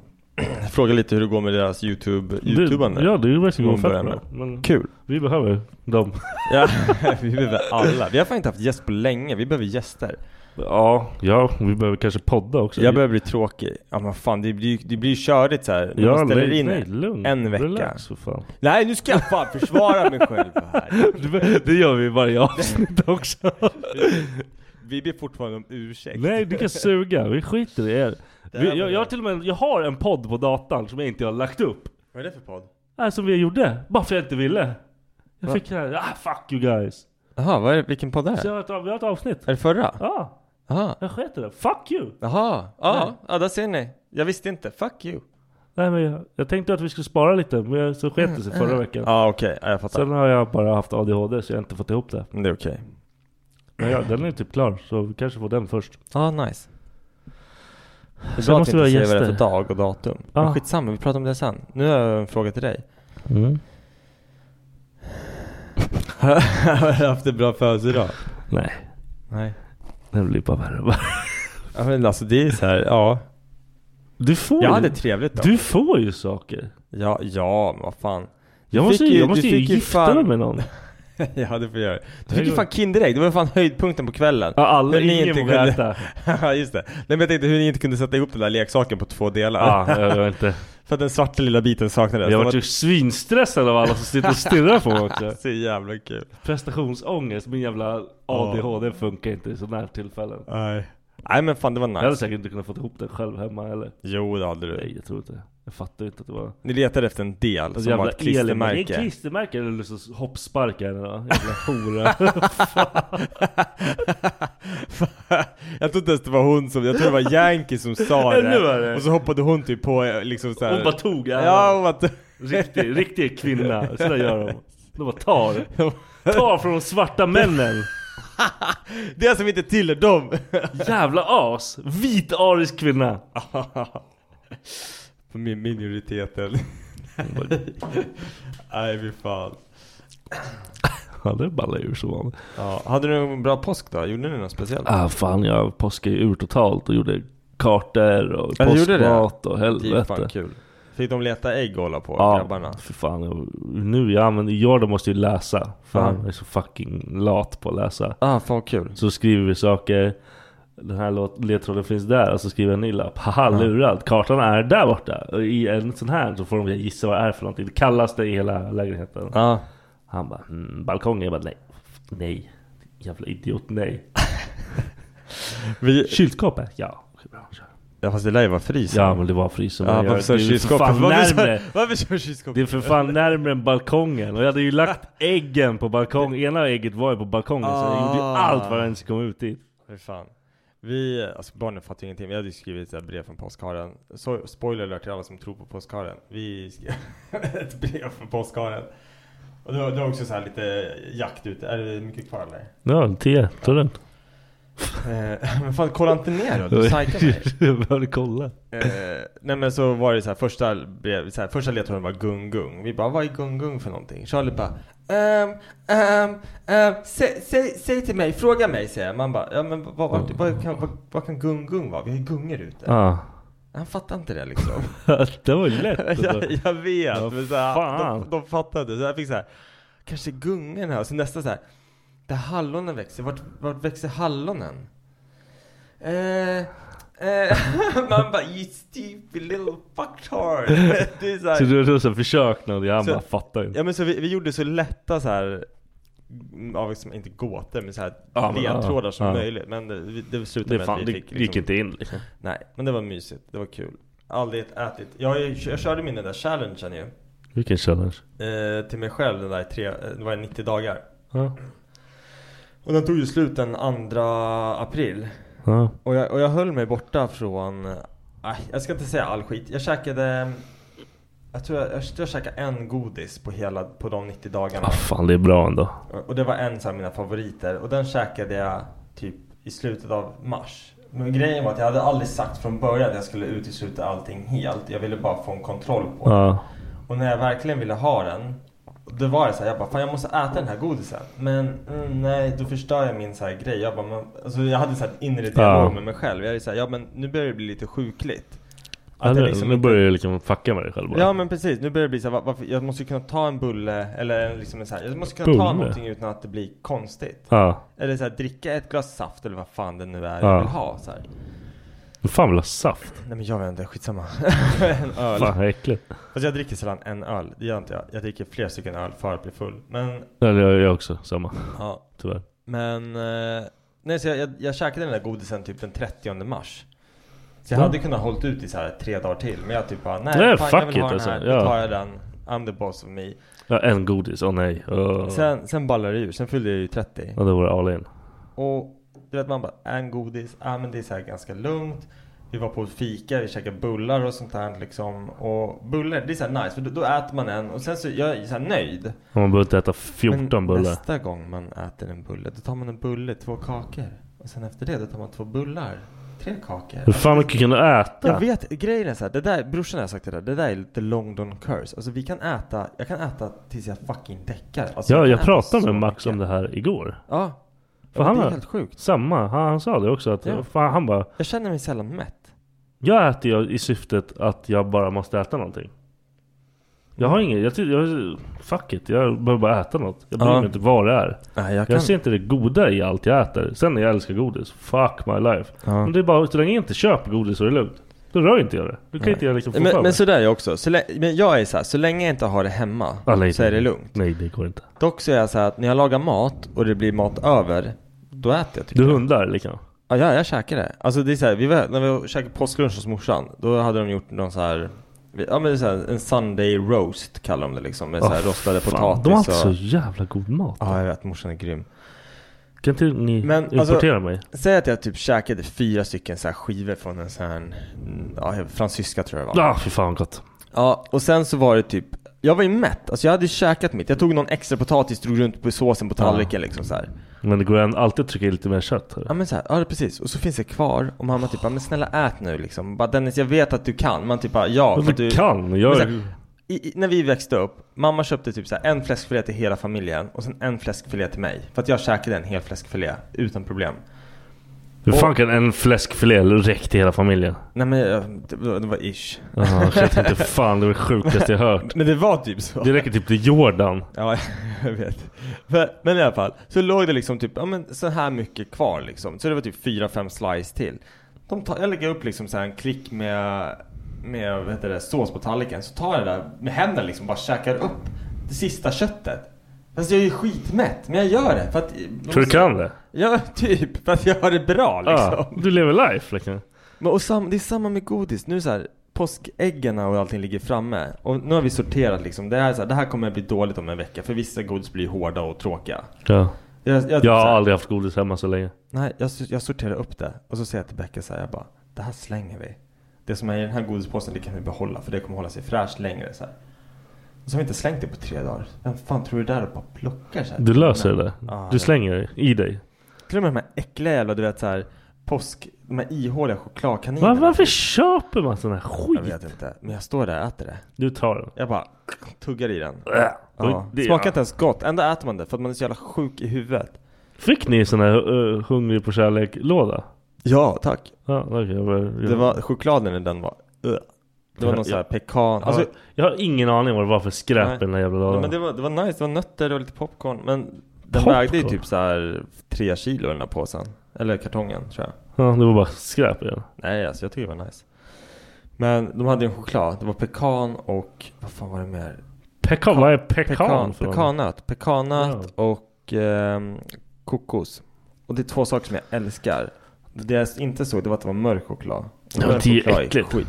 Speaker 2: Fråga lite hur det går med deras youtube
Speaker 3: Det, ja det är ju verkligen
Speaker 2: Som de börjar
Speaker 3: fett bra. Men
Speaker 2: Kul
Speaker 3: vi behöver dem.
Speaker 2: Ja vi behöver alla Vi har fan inte haft gäst på länge Vi behöver gäster
Speaker 3: Ja, ja vi behöver kanske podda också.
Speaker 2: Jag börjar bli tråkig Ja men fan det blir, det blir körigt så här. När
Speaker 3: ja,
Speaker 2: man ställer
Speaker 3: nej,
Speaker 2: in
Speaker 3: nej, lugn.
Speaker 2: en vecka
Speaker 3: Relax för fan.
Speaker 2: Nej nu ska jag fan försvara mig själv här
Speaker 3: Det, det gör vi i varje avsnitt också.
Speaker 2: Vi ber fortfarande om ursäkt
Speaker 3: Nej, du kan suga. Vi skiter i er.
Speaker 2: här
Speaker 3: Vi, jag,
Speaker 2: var-
Speaker 3: jag, har till och med, jag har en podd på datan som jag inte har lagt upp.
Speaker 2: Vad är det för podd?
Speaker 3: Äh, som vi gjorde. Bara för jag inte ville. Jag fick här, ah fuck you guys.
Speaker 2: Jaha, vad är det, vilken podd är
Speaker 3: Så
Speaker 2: det?
Speaker 3: jag har ett, av- vi har ett avsnitt.
Speaker 2: Är det förra?
Speaker 3: Ja,
Speaker 2: Jaha
Speaker 3: jag sket i det. Fuck you!
Speaker 2: Jaha, ja, ja där ser ni Jag visste inte, fuck you
Speaker 3: Nej men jag, jag tänkte att vi skulle spara lite, men jag, så sket det sig förra veckan.
Speaker 2: Mm, Ja okej, ja, jag fattar.
Speaker 3: Sen har jag bara haft ADHD så jag har inte fått ihop det.
Speaker 2: Men det är okej.
Speaker 3: Men ja, den är typ klar, så vi kanske får den först.
Speaker 2: Ja, ah, nice. Det är
Speaker 3: Sen
Speaker 2: bra att
Speaker 3: måste
Speaker 2: vi inte
Speaker 3: vi
Speaker 2: säger
Speaker 3: ha
Speaker 2: vad det är för
Speaker 3: gäster.
Speaker 2: dag och datum.
Speaker 3: Ah.
Speaker 2: Men skitsamma, vi pratar om det sen. Nu har jag en fråga till dig.
Speaker 3: Mm.
Speaker 2: har du haft en bra födelsedag?
Speaker 3: Nej,
Speaker 2: Nej.
Speaker 3: den blir bara värre och värre.
Speaker 2: Ja men alltså det är så här, ja.
Speaker 3: Du får
Speaker 2: Jag
Speaker 3: ju,
Speaker 2: hade trevligt då.
Speaker 3: du får ju saker.
Speaker 2: Ja, ja, men vad fan.
Speaker 3: Jag
Speaker 2: Du
Speaker 3: måste
Speaker 2: fick
Speaker 3: ju,
Speaker 2: ju-
Speaker 3: jag måste
Speaker 2: du
Speaker 3: ju
Speaker 2: fick ju
Speaker 3: gifta
Speaker 2: fan-
Speaker 3: mig med någon.
Speaker 2: ja det får jag göra. Du
Speaker 3: Det
Speaker 2: fick ju
Speaker 3: går-
Speaker 2: fan Kinderägg, det var ju fan höjdpunkten på kvällen.
Speaker 3: Ja, alla,
Speaker 2: Men ni
Speaker 3: ingen
Speaker 2: inte
Speaker 3: vågar
Speaker 2: kunde-
Speaker 3: äta.
Speaker 2: Ja just det. Nej men jag tänkte hur ni inte kunde sätta ihop den där leksaken på två delar.
Speaker 3: Ja, jag vet inte.
Speaker 2: För att den svarta lilla biten saknades.
Speaker 3: Jag
Speaker 2: Det
Speaker 3: vart ju svinstressad av alla som sitter och stirrar på mig också.
Speaker 2: Så jävla kul.
Speaker 3: Prestationsångest, min jävla ADHD funkar inte i sådana här tillfällen.
Speaker 2: Nej. Nej men fan det var
Speaker 3: Jag hade
Speaker 2: nice.
Speaker 3: säkert inte kunnat få ihop det själv hemma eller.
Speaker 2: Jo det hade du.
Speaker 3: Nej jag tror inte. Jag fattar inte att det var...
Speaker 2: Ni letade efter en del
Speaker 3: Alltså,
Speaker 2: som var
Speaker 3: jävla
Speaker 2: ett
Speaker 3: Elin, men Det är
Speaker 2: klistermärke.
Speaker 3: klistermärke eller så hoppsparkar eller nåt. Jävla hora.
Speaker 2: jag tror inte ens det var hon som, jag tror det var Yankee som sa det.
Speaker 3: Eller var det?
Speaker 2: Och så hoppade hon typ på eh, liksom såhär.
Speaker 3: Hon bara tog alla.
Speaker 2: Ja hon bara
Speaker 3: Riktig, riktig kvinna. Sådär gör de. De bara tar. Tar från de svarta männen.
Speaker 2: Det som inte tillhör dem.
Speaker 3: Jävla as. Vit arisk kvinna.
Speaker 2: På min minoriteten. Nej fy fan.
Speaker 3: Ja det ballar ur som vanligt.
Speaker 2: Ja, hade du någon bra påsk då? Gjorde ni något speciellt?
Speaker 3: Ah fan jag påskade ju ur totalt och gjorde kartor och
Speaker 2: Ja, du gjorde det?
Speaker 3: påskmat och
Speaker 2: det är fan
Speaker 3: helvete.
Speaker 2: kul. Fick de leta ägg och hålla på, grabbarna?
Speaker 3: för fan. jag- Nu jag använder, Jordan måste ju läsa. För
Speaker 2: Ja.
Speaker 3: han är så fucking lat på att läsa.
Speaker 2: Ah, fan vad kul.
Speaker 3: Så skriver vi saker. Den här låt- ledtråden finns där och så skriver jag en ny lapp. Haha lurad. Kartan är där borta. Och i en sån här så får de gissa vad det är för någonting. Det kallaste i hela lägenheten.
Speaker 2: Ja.
Speaker 3: Han bara mm, balkongen. Jag bara nej. Nej. Jävla idiot nej.
Speaker 2: Vi,
Speaker 3: Kylskåpet? Ja. Okej, bra, kör.
Speaker 2: ja fast det lär ju vara frysen.
Speaker 3: Ja men det var frysen.
Speaker 2: Ja,
Speaker 3: men jag-
Speaker 2: varför sa
Speaker 3: det är ju för
Speaker 2: kylskåpet?
Speaker 3: fan
Speaker 2: Varför sa-
Speaker 3: närmre.
Speaker 2: Varför kör kylskåpet?
Speaker 3: Det är för fan närmare än balkongen och jag hade ju lagt äggen på balkongen Ena ägget var ju på balkongen så jag gjorde ju
Speaker 2: Ah.
Speaker 3: allt vad jag ens kom ut dit
Speaker 2: Fy fan. Vi, alltså barnen fattar ju ingenting. Vi hade ju skrivit ett brev från påskharen. Så, spoiler alert till alla som tror på påskharen. Vi skrev ett brev från påskharen. Och det var, det var också så här lite jakt ute. Är det mycket kvar eller?
Speaker 3: Ja, 10, ta den
Speaker 2: Eh, men fan kolla inte ner då, du psykar mig.
Speaker 3: Jag behövde kolla
Speaker 2: Eh, nej men så var det så här första brev, så här, första ledtråden var gung gung. Vi bara, vad är gung gung för någonting? Charlie bara, ehm, ehm, ehm, sä, säg, säg till mig, fråga mig säger jag. Man bara, ja men vad, vad, vad, kan, vad, vad kan gung gung vara? Vi har ju gungor ute.
Speaker 3: Ja,
Speaker 2: Han fattar inte det liksom.
Speaker 3: det var ju lätt alltså.
Speaker 2: jag, jag vet,
Speaker 3: Ja,
Speaker 2: men så här,
Speaker 3: fan.
Speaker 2: de, de fattade. Så jag fick så här, kanske gungorna. Och så nästa så här, där hallonen växer, vart, vart växer hallonen? Eh, eh, man bara, you stupid little fucktard. det är så
Speaker 3: Så
Speaker 2: här,
Speaker 3: du har så här försökt någonting, han
Speaker 2: Så-
Speaker 3: bara fattar inte
Speaker 2: ja men så vi, vi gjorde så lätta så här, mm, ja, liksom, inte gåtor men så här
Speaker 3: Ja, men,
Speaker 2: ledtrådar som
Speaker 3: ja.
Speaker 2: möjligt. Men det, vi- det slutade
Speaker 3: Det,
Speaker 2: med
Speaker 3: fan,
Speaker 2: att
Speaker 3: det
Speaker 2: vi fick
Speaker 3: gick inte in liksom
Speaker 2: Nej, men det var mysigt. Det var kul. Aldrig ätit. Jag, jag körde min den där challengen ju.
Speaker 3: Vilken challenge
Speaker 2: Eh, till mig själv den där i tre, eh, det var i 90 dagar.
Speaker 3: Ja,
Speaker 2: Och den tog ju slut den 2 april.
Speaker 3: ja,
Speaker 2: Och jag, och jag höll mig borta från, nej jag ska inte säga all skit. Jag käkade, jag tror jag, jag, jag käkade en godis på hela, på de 90 dagarna.
Speaker 3: ah, fan det är bra ändå
Speaker 2: Och det var en av mina favoriter. Och den käkade jag typ i slutet av mars. Men grejen var att jag hade aldrig sagt från början att jag skulle utesluta allting helt. Jag ville bara få en kontroll på det.
Speaker 3: Ja,
Speaker 2: Och när jag verkligen ville ha den Då var det så här, jag bara fan jag måste äta den här godisen Men mm, nej, då förstör jag min så här grej jag, bara, men, alltså, jag hade så här inre dialog
Speaker 3: Ja.
Speaker 2: med mig själv Jag är så här, ja men nu börjar det bli lite sjukligt Att
Speaker 3: ja
Speaker 2: jag
Speaker 3: nu,
Speaker 2: liksom
Speaker 3: nu
Speaker 2: inte-
Speaker 3: börjar jag liksom fucka med dig själv bara
Speaker 2: Ja men precis, nu börjar det bli så här, va- varför, jag måste ju kunna ta en bulle Eller liksom en så här, jag måste kunna ta
Speaker 3: Bulle?
Speaker 2: någonting utan att det blir konstigt
Speaker 3: Ja,
Speaker 2: Eller så här, dricka ett glas saft eller vad fan det nu är
Speaker 3: Ja.
Speaker 2: jag vill ha så här.
Speaker 3: men fan vill ha saft?
Speaker 2: Nej men jag vet inte, skitsamma En öl
Speaker 3: Fan vad äckligt
Speaker 2: Fast jag dricker sällan en öl, det gör inte jag Jag dricker flera stycken öl för att bli full Men,
Speaker 3: Ja, det gör jag också, samma,
Speaker 2: ja
Speaker 3: tyvärr
Speaker 2: Men, eh, nej så jag, jag, jag käkade den där godisen typ den 30 mars. Så jag
Speaker 3: Ja.
Speaker 2: hade kunnat hållit ut i så här tre dagar till. Men jag typ bara, nej,
Speaker 3: Nej,
Speaker 2: fan,
Speaker 3: fuck
Speaker 2: jag vill
Speaker 3: it
Speaker 2: ha den
Speaker 3: alltså,
Speaker 2: här.
Speaker 3: ja.
Speaker 2: Då tar jag den. I'm the boss of me.
Speaker 3: Ja, en godis, åh nej Åh.
Speaker 2: Sen, sen ballade det ur. Sen fyllde jag ju 30.
Speaker 3: Ja, då var det all in
Speaker 2: Och du vet man bara, "Äh, en godis, ja men det är så här ganska lugnt. Vi var på fika, vi käkade bullar och sånt där liksom. Och bullar, det är så här nice. För då, då äter man en och sen så, jag är så här nöjd.
Speaker 3: Om man behöver inte äta 14
Speaker 2: Men
Speaker 3: bullar.
Speaker 2: nästa gång man äter en bulle, då tar man en bulle, två kakor. Och sen efter det, då tar man två bullar, tre kakor. Alltså,
Speaker 3: Hur fan mycket kan du äta?
Speaker 2: Jag vet, grejen är så här, det där, brorsan har sagt det där, det där är the London curse. Alltså vi kan äta, jag kan äta tills jag fucking däckar. Alltså,
Speaker 3: ja,
Speaker 2: kan
Speaker 3: jag
Speaker 2: äta
Speaker 3: pratade
Speaker 2: så
Speaker 3: med Max om
Speaker 2: mycket.
Speaker 3: det här igår.
Speaker 2: Ja.
Speaker 3: För
Speaker 2: ja men
Speaker 3: han
Speaker 2: det är
Speaker 3: har-
Speaker 2: helt sjukt.
Speaker 3: Samma, han, han sa det också. Att,
Speaker 2: Ja.
Speaker 3: fan, han bara,
Speaker 2: Jag känner mig sällan mätt.
Speaker 3: jag äter ju i syftet att jag bara måste äta någonting. Jag har inget, jag, ty- jag, fuck it, jag behöver bara äta något. Jag bryr
Speaker 2: Ja.
Speaker 3: mig inte vad det är.
Speaker 2: Nej, jag kan...
Speaker 3: Jag ser inte det goda i allt jag äter. Sen när jag älskar godis, fuck my life.
Speaker 2: Ja.
Speaker 3: Men det är bara, så länge jag inte köper godis så är det lugnt. Då rör inte jag det. Då kan inte jag liksom få för
Speaker 2: men,
Speaker 3: mig.
Speaker 2: men sådär är jag också. Så lä- men jag är så här, så länge jag inte har det hemma
Speaker 3: Ja, nej,
Speaker 2: så är det lugnt.
Speaker 3: Nej, det går inte.
Speaker 2: Dock så är jag så här att när jag lagar mat och det blir mat över, då äter jag typ.
Speaker 3: Du hundar liksom?
Speaker 2: Ja, jag, jag käkar det. Alltså det är så här, vi var, när vi var- käkade påsklunch hos morsan, då hade de gjort någon så här, vi- ja men det är så här, en Sunday roast kallar de det liksom. Med så här
Speaker 3: Åh,
Speaker 2: rostade
Speaker 3: fan,
Speaker 2: potatis
Speaker 3: De har alltid
Speaker 2: och...
Speaker 3: så jävla god mat.
Speaker 2: Ja, jag vet. Morsan är grym.
Speaker 3: Kan inte ni
Speaker 2: Men,
Speaker 3: importera
Speaker 2: alltså-
Speaker 3: mig?
Speaker 2: Säg att jag typ käkade fyra stycken så här skivor från en sån här, mm, ja, fransyska tror jag det var.
Speaker 3: Ah, fy fan vad gott.
Speaker 2: Ja, och sen så var det typ jag var ju mätt, alltså jag hade ju käkat mitt. Jag tog någon extra potatis, drog runt på såsen på tallriken liksom så här.
Speaker 3: Men det går an- alltid att trycka i lite mer kött. Här.
Speaker 2: Ja men så här, ja precis. Och så finns det kvar och mamma typ, ja, men snälla ät nu liksom. Bara Dennis jag vet att du kan. Man typ bara, ja. för
Speaker 3: Men
Speaker 2: att du
Speaker 3: du kan! Jag,
Speaker 2: Men så här, I, i, när vi växte upp, mamma köpte typ så här en fläskfilé till hela familjen och sen en fläskfilé till mig. För att jag käkade en hel fläskfilé utan problem.
Speaker 3: hur fan kan en fläskfilé räcka till hela familjen?
Speaker 2: Nej men jag- det, var- det var ish.
Speaker 3: Jaha, okej, jag tänkte fan det var det sjukaste jag hört.
Speaker 2: Men det var typ så.
Speaker 3: Det räcker typ till Jordan.
Speaker 2: Ja, jag vet. Men, men i alla fall, så låg det liksom typ, ja men så här mycket kvar liksom. Så det var typ fyra, fem slice till. De tar, jag lägger upp liksom så här en klick med, med vad heter det, sås på tallriken. Så tar jag det där med händerna liksom, bara käkar upp det sista köttet. Fast jag är ju skitmätt, men jag gör det för att...
Speaker 3: Tror du kan det?
Speaker 2: Ja, typ. För att jag har det bra liksom.
Speaker 3: Ah, du lever life liksom.
Speaker 2: Men och sam, det är samma med godis. Nu så här, påskäggen och allting ligger framme. Och nu har vi sorterat liksom. Det här, är så här, det här kommer att bli dåligt om en vecka. För vissa godis blir hårda och tråkiga.
Speaker 3: Ja.
Speaker 2: Jag, jag,
Speaker 3: Jag
Speaker 2: så
Speaker 3: har
Speaker 2: här,
Speaker 3: aldrig haft godis hemma så länge.
Speaker 2: Nej, jag, s- jag sorterar upp det. Och så säger jag till Becka så här, jag bara, det här slänger vi. Det som är i den här godispåsen, det kan vi behålla. För det kommer hålla sig fräscht längre. Så här. Och så har vi inte slängt det på tre dagar. Vem fan tror du det där och bara plockar så här?
Speaker 3: Du löser det.
Speaker 2: Ja,
Speaker 3: Du
Speaker 2: jag-
Speaker 3: slänger det i dig.
Speaker 2: Till och med de här äckliga jävla, du vet så här, påsk, de här ihåliga chokladkaninerna.
Speaker 3: Va, varför köper man sån här
Speaker 2: Jag
Speaker 3: skit?
Speaker 2: vet inte, men jag står där och äter det.
Speaker 3: Du tar den.
Speaker 2: Jag bara tuggar i den.
Speaker 3: Och
Speaker 2: Ja.
Speaker 3: det-
Speaker 2: Smakar inte ens gott, ändå äter man det för att man är så jävla sjuk i huvudet.
Speaker 3: Fick ni sån här eh, hungrig på kärlek-låda?
Speaker 2: Ja, tack.
Speaker 3: Ja, okej, jag, var-
Speaker 2: Det var chokladen i den var... Ugh. Det var någon sån här pekan...
Speaker 3: Ja,
Speaker 2: Alltså,
Speaker 3: jag har ingen aning vad det var för skräp
Speaker 2: Nej.
Speaker 3: i den där jävla
Speaker 2: nej,
Speaker 3: lådan.
Speaker 2: men det, var, det var nice, det var nötter och lite popcorn. Men den
Speaker 3: Popcorn?
Speaker 2: vägde ju typ så här tre kilo den där påsen. Eller kartongen tror jag.
Speaker 3: Ja, det var bara skräp i den.
Speaker 2: Nej, alltså jag tycker det var nice. Men de hade ju en choklad. Det var pekan och... Vad fan var det mer?
Speaker 3: Pekan, vad är pekan?
Speaker 2: Pekan,
Speaker 3: för något?
Speaker 2: pekannöt. Pekannöt och ehm, kokos. Och det är två saker som jag älskar. Det jag inte såg det var att det var mörk choklad. Och
Speaker 3: Ja,
Speaker 2: mörk
Speaker 3: det är ju
Speaker 2: choklad
Speaker 3: äckligt.
Speaker 2: skit.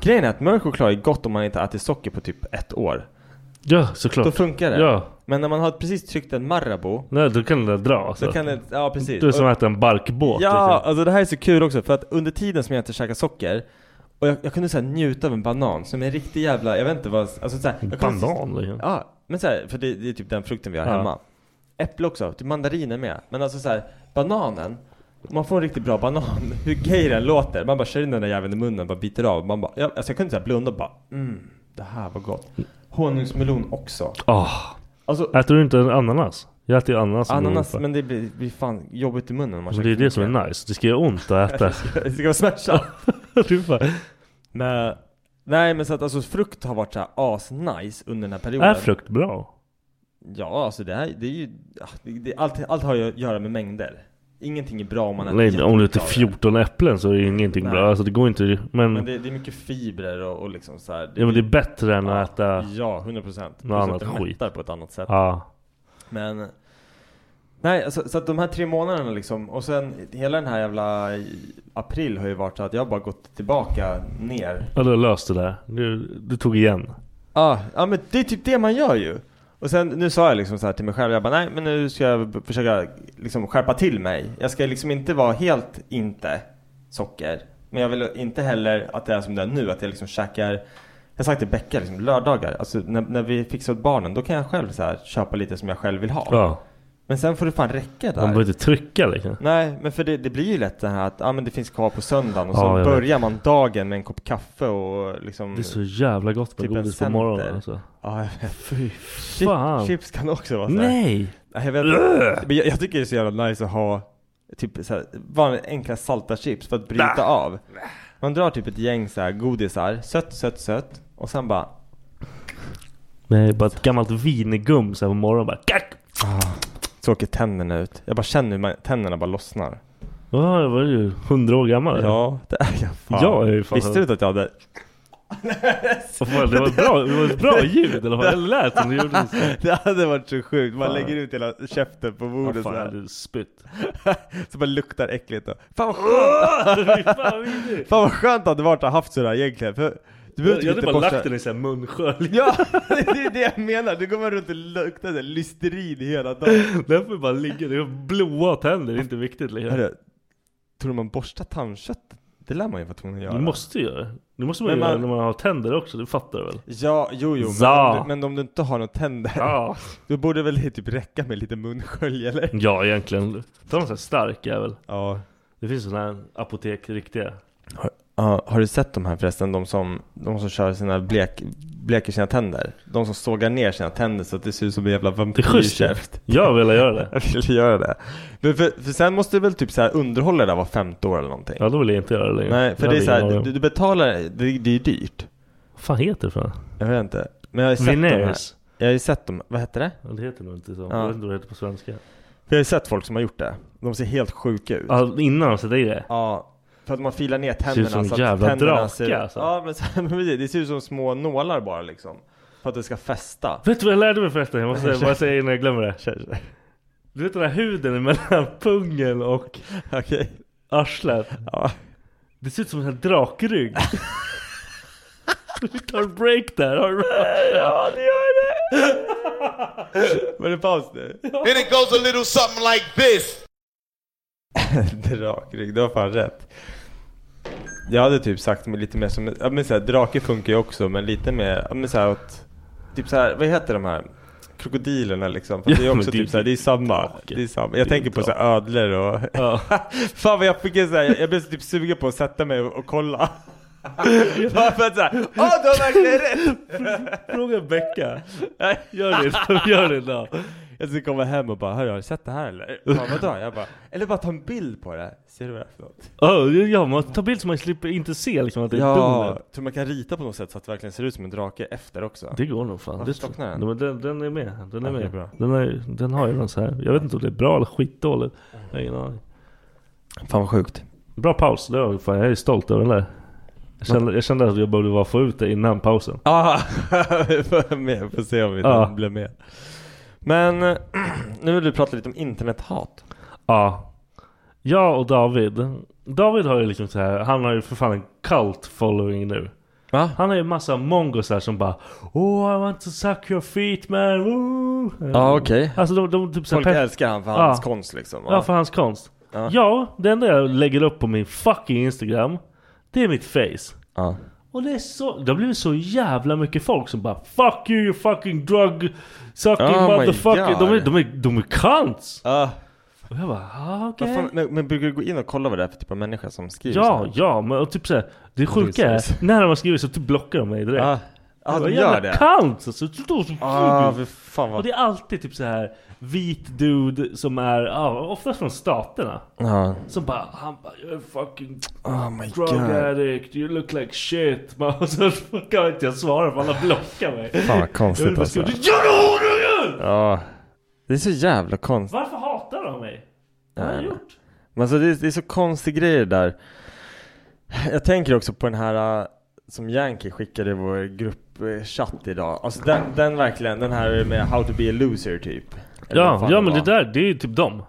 Speaker 2: Grejen är att mörk choklad är gott om man inte ätit socker på typ ett år.
Speaker 3: Ja,
Speaker 2: Då
Speaker 3: såklart.
Speaker 2: funkar det.
Speaker 3: Ja,
Speaker 2: Men när man har precis tryckt en Marabou,
Speaker 3: nej, då kan den där dra.
Speaker 2: så
Speaker 3: Alltså.
Speaker 2: kan det... Ja, precis.
Speaker 3: Du är som
Speaker 2: Och-
Speaker 3: att äta en barkbåt.
Speaker 2: Ja,
Speaker 3: liksom.
Speaker 2: alltså det här är så kul också för att under tiden som jag inte käkade socker och jag, jag kunde så här njuta av en banan som en riktig jävla, jag vet inte vad, alltså så här, jag kunde-
Speaker 3: Banan liksom.
Speaker 2: Ja, men så här, för det, det är typ den frukten vi har
Speaker 3: Ja.
Speaker 2: hemma. Äpple också, typ mandariner med. Men alltså så här, bananen. om Man får en riktigt bra banan, hur gay den låter. Man bara kör in den där jäveln i munnen, bara biter av. Man bara, jag, alltså jag kunde så här blunda och bara, mm, det här var gott. Honungsmelon också.
Speaker 3: Ah,
Speaker 2: Alltså
Speaker 3: Äter du inte en ananas? Jag äter ju ananas. som
Speaker 2: ananas,
Speaker 3: ungefär.
Speaker 2: men det blir, blir fan jobbigt i munnen om man
Speaker 3: Men det är
Speaker 2: för
Speaker 3: det som
Speaker 2: mycket.
Speaker 3: är nice. Det ska göra ont att äta.
Speaker 2: Det ska vara smärtsamt.
Speaker 3: du bara,
Speaker 2: men, nej men så att alltså frukt har varit så här as-nice under den här perioden.
Speaker 3: är frukt bra?
Speaker 2: Ja, alltså det här, det är ju, ah, det, det, allt, allt har ju att göra med mängder. Ingenting är bra om man äter
Speaker 3: Nej, om du äter
Speaker 2: jättemycket av det.
Speaker 3: 14 äpplen så är det ingenting
Speaker 2: Nej.
Speaker 3: bra. Alltså det går inte. Men,
Speaker 2: Men det, det är mycket fibrer och, och liksom så här.
Speaker 3: ja, men det är bättre än att äta...
Speaker 2: Ja, 100 procent.
Speaker 3: Något annat skit.
Speaker 2: på ett annat sätt.
Speaker 3: Ja.
Speaker 2: Men... Nej, alltså, så att de här tre månaderna liksom, och sen hela den här jävla i- april har ju varit så att jag har bara gått tillbaka ner.
Speaker 3: Ja, du har löst det där. Du, du tog igen.
Speaker 2: Ja, ja men det är typ det man gör ju. Och sen nu sa jag liksom så här till mig själv, jag bara nej men nu ska jag b- försöka liksom skärpa till mig. Jag ska liksom inte vara helt inte socker. Men jag vill inte heller att det är som det är nu, att jag liksom käkar jag har sagt till Becka liksom, lördagar, alltså när, när vi fixar åt barnen, då kan jag själv så här, köpa lite som jag själv vill ha.
Speaker 3: Ja.
Speaker 2: Men sen får det fan räcka
Speaker 3: Man
Speaker 2: där.
Speaker 3: behöver inte trycka liksom.
Speaker 2: Nej, men för det, det blir ju lätt det här att, ja ah, men det finns kvar på söndagen och så
Speaker 3: Ja, jag
Speaker 2: börjar man dagen med en kopp kaffe och liksom...
Speaker 3: Det är så jävla gott med
Speaker 2: Typ en
Speaker 3: godis på
Speaker 2: center.
Speaker 3: morgonen alltså.
Speaker 2: Ja, jag vet.
Speaker 3: Fy
Speaker 2: Chip,
Speaker 3: fan.
Speaker 2: Chips kan också vara så här.
Speaker 3: Nej!
Speaker 2: Nej, Jag, vet, inte. men jag, jag tycker det är så jävla nice att ha typ så här, vanliga enkla salta chips för att bryta av. Man drar typ ett gäng så här godisar, sött, sött, sött och sen bara
Speaker 3: Nej, bara ett gammalt vingum så här på morgonen bara kack!
Speaker 2: Så åker tänderna ut. Jag bara känner hur man, tänderna bara lossnar.
Speaker 3: Ja, jag var ju hundra år gammal.
Speaker 2: Ja, det är jag fan.
Speaker 3: Jag är ju fan-
Speaker 2: Visste du inte att jag hade...
Speaker 3: Och fan, det var ett bra, det var ett bra ljud i alla fall. Det lät som det gjorde. Så. här.
Speaker 2: Det hade varit så sjukt. Man
Speaker 3: Fan.
Speaker 2: lägger ut hela käften på
Speaker 3: Ja,
Speaker 2: bordet
Speaker 3: fan,
Speaker 2: så
Speaker 3: jag
Speaker 2: här.
Speaker 3: hade spytt.
Speaker 2: Så bara luktar äckligt. Och... Fan vad skönt!
Speaker 3: Fy fan, vad vidrigt.
Speaker 2: Fan vad skönt att det varit att haft sådär egentligen. För du behöver
Speaker 3: Jag
Speaker 2: inte
Speaker 3: jag hade
Speaker 2: byta
Speaker 3: bara
Speaker 2: borste.
Speaker 3: lagt den i så här munskölj.
Speaker 2: Ja, det är det jag menar. Du kommer runt och luktar såhär listerin hela dagen.
Speaker 3: Den får ju bara ligga. Det är blåa tänder, det är inte viktigt längre.
Speaker 2: Hörru, tror du man borstar tandköttet? Det lär man ju vara tvungen att göra.
Speaker 3: Du måste ju göra det. Det måste man
Speaker 2: Men
Speaker 3: ju göra
Speaker 2: man-
Speaker 3: när man har tänder också, det fattar du väl?
Speaker 2: Ja, jo, jo. Men,
Speaker 3: Ja.
Speaker 2: om du, men om du inte har några tänder,
Speaker 3: Ja, Mm.
Speaker 2: då borde väl det typ räcka med lite munskölj eller?
Speaker 3: ja egentligen. Ta någon sån här stark jävel.
Speaker 2: Ja.
Speaker 3: Det finns sådana här apotek riktiga.
Speaker 2: Ja, har du sett de här förresten? De som, de som kör sina blek, bleker sina tänder. De som sågar ner sina tänder så att det ser ut som en jävla vampyrkäft.
Speaker 3: Jag vill göra det.
Speaker 2: Jag vill göra det. Men för, för sen måste du väl typ så här underhålla det där var femte år eller någonting?
Speaker 3: Ja, då vill jag inte göra det längre.
Speaker 2: Nej, för
Speaker 3: Jag
Speaker 2: det är
Speaker 3: hade
Speaker 2: så
Speaker 3: ingen
Speaker 2: här,
Speaker 3: aning.
Speaker 2: du, du betalar, det, det är dyrt.
Speaker 3: Vad fan heter det för något?
Speaker 2: Jag vet inte. Men jag har ju sett de här.
Speaker 3: Veneers?
Speaker 2: Jag har ju sett dem. Vad heter det?
Speaker 3: Ja, det heter nog inte så.
Speaker 2: Ja.
Speaker 3: Jag vet inte vad det heter på svenska.
Speaker 2: Jag har ju sett folk som har gjort det. De ser helt sjuka ut.
Speaker 3: Ja, innan de sätter i det?
Speaker 2: Ja, för att man filar ner
Speaker 3: Alltså-
Speaker 2: tänderna
Speaker 3: Ser ut som
Speaker 2: så att
Speaker 3: jävla
Speaker 2: tänderna
Speaker 3: drakar,
Speaker 2: ser ut...
Speaker 3: alltså.
Speaker 2: Ja, men, så, men precis, det ser ut som små nålar bara liksom. För att det ska fästa.
Speaker 3: Vet du vad jag lärde mig förresten? Jag måste bara säga innan jag glömmer det. Du vet den här huden mellan pungen och
Speaker 2: Okej.
Speaker 3: arslet?
Speaker 2: Ja.
Speaker 3: Det ser ut som en sån här drakrygg. Vi tar en break där. Har du-
Speaker 2: Ja, det gör det! Var det paus nu?
Speaker 4: Then it goes a little something like this.
Speaker 2: Drakrygg, du har fan rätt. Jag hade typ sagt med lite mer som, ja men såhär, drake funkar ju också men lite mer, ja men såhär åt, typ såhär, vad heter de här? Krokodilerna liksom, för
Speaker 3: Ja,
Speaker 2: det är
Speaker 3: men
Speaker 2: också
Speaker 3: det är
Speaker 2: typ såhär, det är samma.
Speaker 3: drake.
Speaker 2: Det är samma.
Speaker 3: Det är
Speaker 2: Jag tänker på såhär ödlor och...
Speaker 3: Ja.
Speaker 2: Fan vad jag fick en såhär, jag blev så typ sugen på att sätta mig och, och kolla. Bara för att såhär, åh du har verkligen rätt!
Speaker 3: Fråga Becka. Gör det, gör det idag.
Speaker 2: Jag skulle komma hem och bara, hörru har du sett det här eller? Bara, vadå? Jag bara, eller bara ta en bild på det. Ser du vad jag har för något?
Speaker 3: Oh, ja, man tar bild så man slipper inte se liksom att det är
Speaker 2: Ja,
Speaker 3: donet.
Speaker 2: tror man kan rita på något sätt så att det verkligen ser ut som en drake efter också.
Speaker 3: Det går nog fan.
Speaker 2: Varför
Speaker 3: Det
Speaker 2: slocknar den?
Speaker 3: Nej, men den, den är med. Den är
Speaker 2: Ja, det är
Speaker 3: med.
Speaker 2: bra.
Speaker 3: Den, är, den har ju någon så här. Jag vet inte om det är bra eller skitdåligt. Jag har ingen aning.
Speaker 2: Fan vad sjukt.
Speaker 3: Bra paus. Det var, fan, jag är stolt över den där. Jag kände, jag kände att jag behövde bara få ut det innan pausen.
Speaker 2: Ja, Ah! vi får med. Vi får se om vi
Speaker 3: Ja.
Speaker 2: blir med. Men nu vill du prata lite om internethat.
Speaker 3: Ja. Jag och David. David har ju liksom så här. Han har ju för fan en cult following nu.
Speaker 2: Va?
Speaker 3: Han har ju massa mongosar som bara Oh I want to suck your feet man. Woo.
Speaker 2: Ja, okej.
Speaker 3: Alltså de, de typ så här
Speaker 2: Folk
Speaker 3: pep-
Speaker 2: älskar han för hans
Speaker 3: Ja.
Speaker 2: konst liksom.
Speaker 3: Ja, för hans konst.
Speaker 2: Ja.
Speaker 3: Ja. det enda jag lägger upp på min fucking Instagram, det är mitt face.
Speaker 2: Ja.
Speaker 3: Och det är så, det har blivit så jävla mycket folk som bara 'Fuck you, you fucking drug sucking
Speaker 2: Oh my
Speaker 3: motherfucker' de är, de, är, de är cunts!
Speaker 2: Ja.
Speaker 3: Och jag bara ah,
Speaker 2: Ah, Vad
Speaker 3: okej.
Speaker 2: fan- Men, men brukar du gå in och kolla vad det är för typ av människa som skriver
Speaker 3: Ja, ja, men och typ såhär, det sjuka är,
Speaker 2: Precis.
Speaker 3: när de har skrivit så typ blockar de mig direkt.
Speaker 2: Ja, ah,
Speaker 3: Jag bara,
Speaker 2: de gör
Speaker 3: jävla
Speaker 2: det?
Speaker 3: Cunts alltså, så stor som
Speaker 2: Ah, för fan
Speaker 3: Och
Speaker 2: vad...
Speaker 3: det är alltid typ så här vit dude som är, ja, oftast från staterna.
Speaker 2: Ja.
Speaker 3: Som bara, han bara 'You're a fucking
Speaker 2: Oh my
Speaker 3: drug
Speaker 2: god.
Speaker 3: addict, you look like shit' Man, Och så kan inte jag svara för alla blockar mig.
Speaker 2: Fan vad
Speaker 3: Jag vill
Speaker 2: konstigt
Speaker 3: bara
Speaker 2: alltså.
Speaker 3: skriva 'Jävla horunge!'
Speaker 2: Ja. Det är så jävla konstigt.
Speaker 3: Varför hatar de mig? Vad har jag gjort?
Speaker 2: Men alltså det, är, det är så konstiga grejer där. Jag tänker också på den här eh, som Yankee skickade i vår gruppchatt idag. Alltså den, den verkligen, den här med how to be a loser typ. Eller vad
Speaker 3: Ja,
Speaker 2: fan
Speaker 3: ja men det
Speaker 2: var.
Speaker 3: där, det är ju typ dem.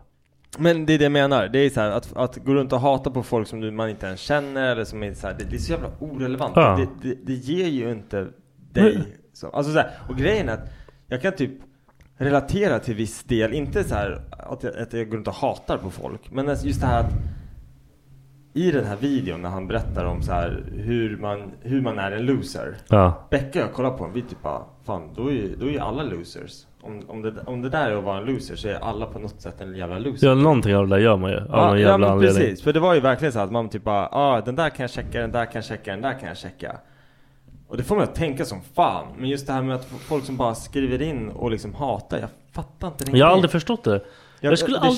Speaker 2: Men det är det jag menar. Det är så här att, att gå runt och hata på folk som du, man inte ens känner eller som är så här, det, det är så jävla orelevant.
Speaker 3: Ja.
Speaker 2: Det, det, det ger ju inte dig.
Speaker 3: Men-
Speaker 2: Så, alltså så här, och grejen är att jag kan typ relatera till viss del. Inte så här att jag, att jag går runt och hatar på folk. Men alltså just det här att i den här videon när han berättar om så här hur man, hur man är en loser.
Speaker 3: Ja.
Speaker 2: Becka och jag kollar på en vi typ bara, fan då är ju, då är ju alla losers. Om, om, det, om det där är att vara en loser så är alla på något sätt en jävla loser.
Speaker 3: Ja, någonting av det där gör man ju. Av någon jävla
Speaker 2: men
Speaker 3: anledning.
Speaker 2: precis. För det var ju verkligen så att man typ bara, ah, den där kan jag checka, den där kan jag checka, den där kan jag checka. Och det får man att tänka som fan. Men just det här med att folk som bara skriver in och liksom hatar, jag fattar inte den
Speaker 3: Jag har
Speaker 2: grejen.
Speaker 3: aldrig förstått det. Jag skulle
Speaker 2: det-
Speaker 3: aldrig...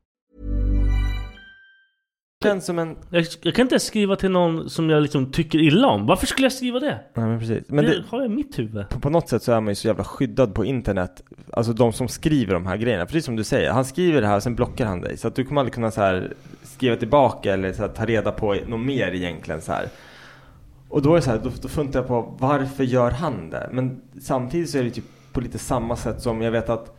Speaker 2: Känns som en...
Speaker 3: Jag, jag kan inte ens skriva till någon som jag liksom tycker illa om. Varför skulle jag skriva det?
Speaker 2: Nej men precis. Men
Speaker 3: det,
Speaker 2: det,
Speaker 3: har jag i mitt huvud.
Speaker 2: på, på något sätt så är man ju så jävla skyddad på internet. Alltså de som skriver de här grejerna. Precis som du säger, han skriver det här och sen blockar han dig. Så att du kommer aldrig kunna så här skriva tillbaka eller så här, ta reda på något mer egentligen så här. Och då är det så här, då, då funderar jag på varför gör han det? Men samtidigt så är det typ på lite samma sätt som jag vet att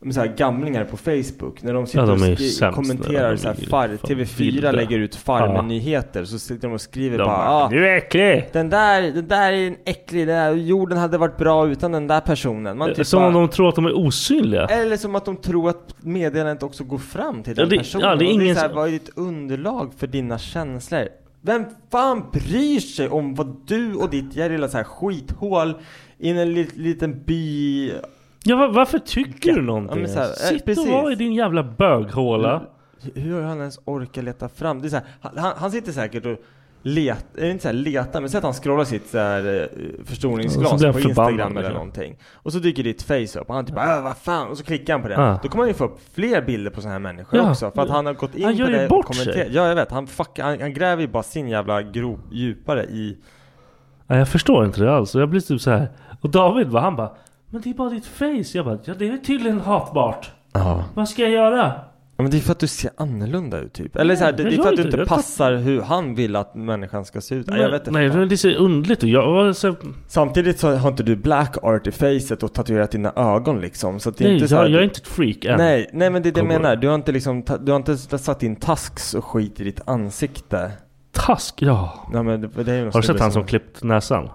Speaker 2: men så här, gamlingar på Facebook när de sitter
Speaker 3: Ja, de
Speaker 2: och
Speaker 3: är ju
Speaker 2: skri-
Speaker 3: sämst,
Speaker 2: kommenterar
Speaker 3: de
Speaker 2: så här,
Speaker 3: är ju
Speaker 2: far,
Speaker 3: fan
Speaker 2: TV4
Speaker 3: vilda.
Speaker 2: lägger ut Farmen-nyheter så sitter de och skriver bara ah,
Speaker 3: Du är äcklig!
Speaker 2: Den där, den där är en äcklig, den där, jorden hade varit bra utan den där personen. Man
Speaker 3: Det är
Speaker 2: typ
Speaker 3: Eh, som
Speaker 2: bara,
Speaker 3: om de tror att de är osynliga.
Speaker 2: Eller som att de tror att meddelandet också går fram till
Speaker 3: Ja,
Speaker 2: den
Speaker 3: det-
Speaker 2: personen.
Speaker 3: ja, det är
Speaker 2: Och
Speaker 3: ingen
Speaker 2: så här,
Speaker 3: som-
Speaker 2: vad är ditt underlag för dina känslor? Vem fan bryr sig om vad du och ditt lilla så här skithål i en li- liten by...
Speaker 3: Ja, va- varför tycker du någonting?
Speaker 2: men så här, eh,
Speaker 3: Sitt
Speaker 2: precis.
Speaker 3: och var i din jävla böghåla.
Speaker 2: Hur har han ens orkat leta fram? Det är så här, han- han, han sitter säkert och letar, inte så här letar, men så att han scrollar sitt så här, eh,
Speaker 3: Och så
Speaker 2: förstoringsglas på
Speaker 3: blir han förbannad,
Speaker 2: Instagram eller
Speaker 3: liksom.
Speaker 2: någonting. Och så dyker ditt face upp och han typ bara, "Äh, vad fan, och så klickar han på den.
Speaker 3: Ah.
Speaker 2: Då kommer han ju få upp fler bilder på sådana här människor
Speaker 3: Ja.
Speaker 2: också. För att han har gått in
Speaker 3: Han
Speaker 2: på
Speaker 3: gör ju
Speaker 2: det och
Speaker 3: bort sig.
Speaker 2: kommenterat. Ja, jag vet. Han, fuck, han, han gräver ju bara sin jävla grop djupare i...
Speaker 3: Nej, jag förstår inte det alls. Och Jag blir typ så här. Och David bara, han bara Men det är bara ditt face. Jag bara, ja det är tydligen hatbart.
Speaker 2: Ja.
Speaker 3: Vad ska jag göra?
Speaker 2: men det är för att du ser annorlunda ut typ. Eller så här, det,
Speaker 3: jag
Speaker 2: det är
Speaker 3: gör
Speaker 2: för att du
Speaker 3: inte
Speaker 2: inte
Speaker 3: det. Jag tar-
Speaker 2: passar hur han vill att människan ska se ut. Nej, jag vet inte.
Speaker 3: Nej,
Speaker 2: fan.
Speaker 3: men det är så underligt. Och jag var så,
Speaker 2: Samtidigt så har inte du black art i facet och tatuerat dina ögon liksom. Så att det är
Speaker 3: nej,
Speaker 2: inte så här,
Speaker 3: jag, jag är inte ett freak än.
Speaker 2: Nej, nej men det är det jag
Speaker 3: Cowboy.
Speaker 2: menar. Du har inte liksom, ta- du har inte s- satt in tasks och skit i ditt ansikte.
Speaker 3: Task, ja.
Speaker 2: Nej, men det, det är ju någon
Speaker 3: Har du sett
Speaker 2: snubbe
Speaker 3: han som klippt näsan?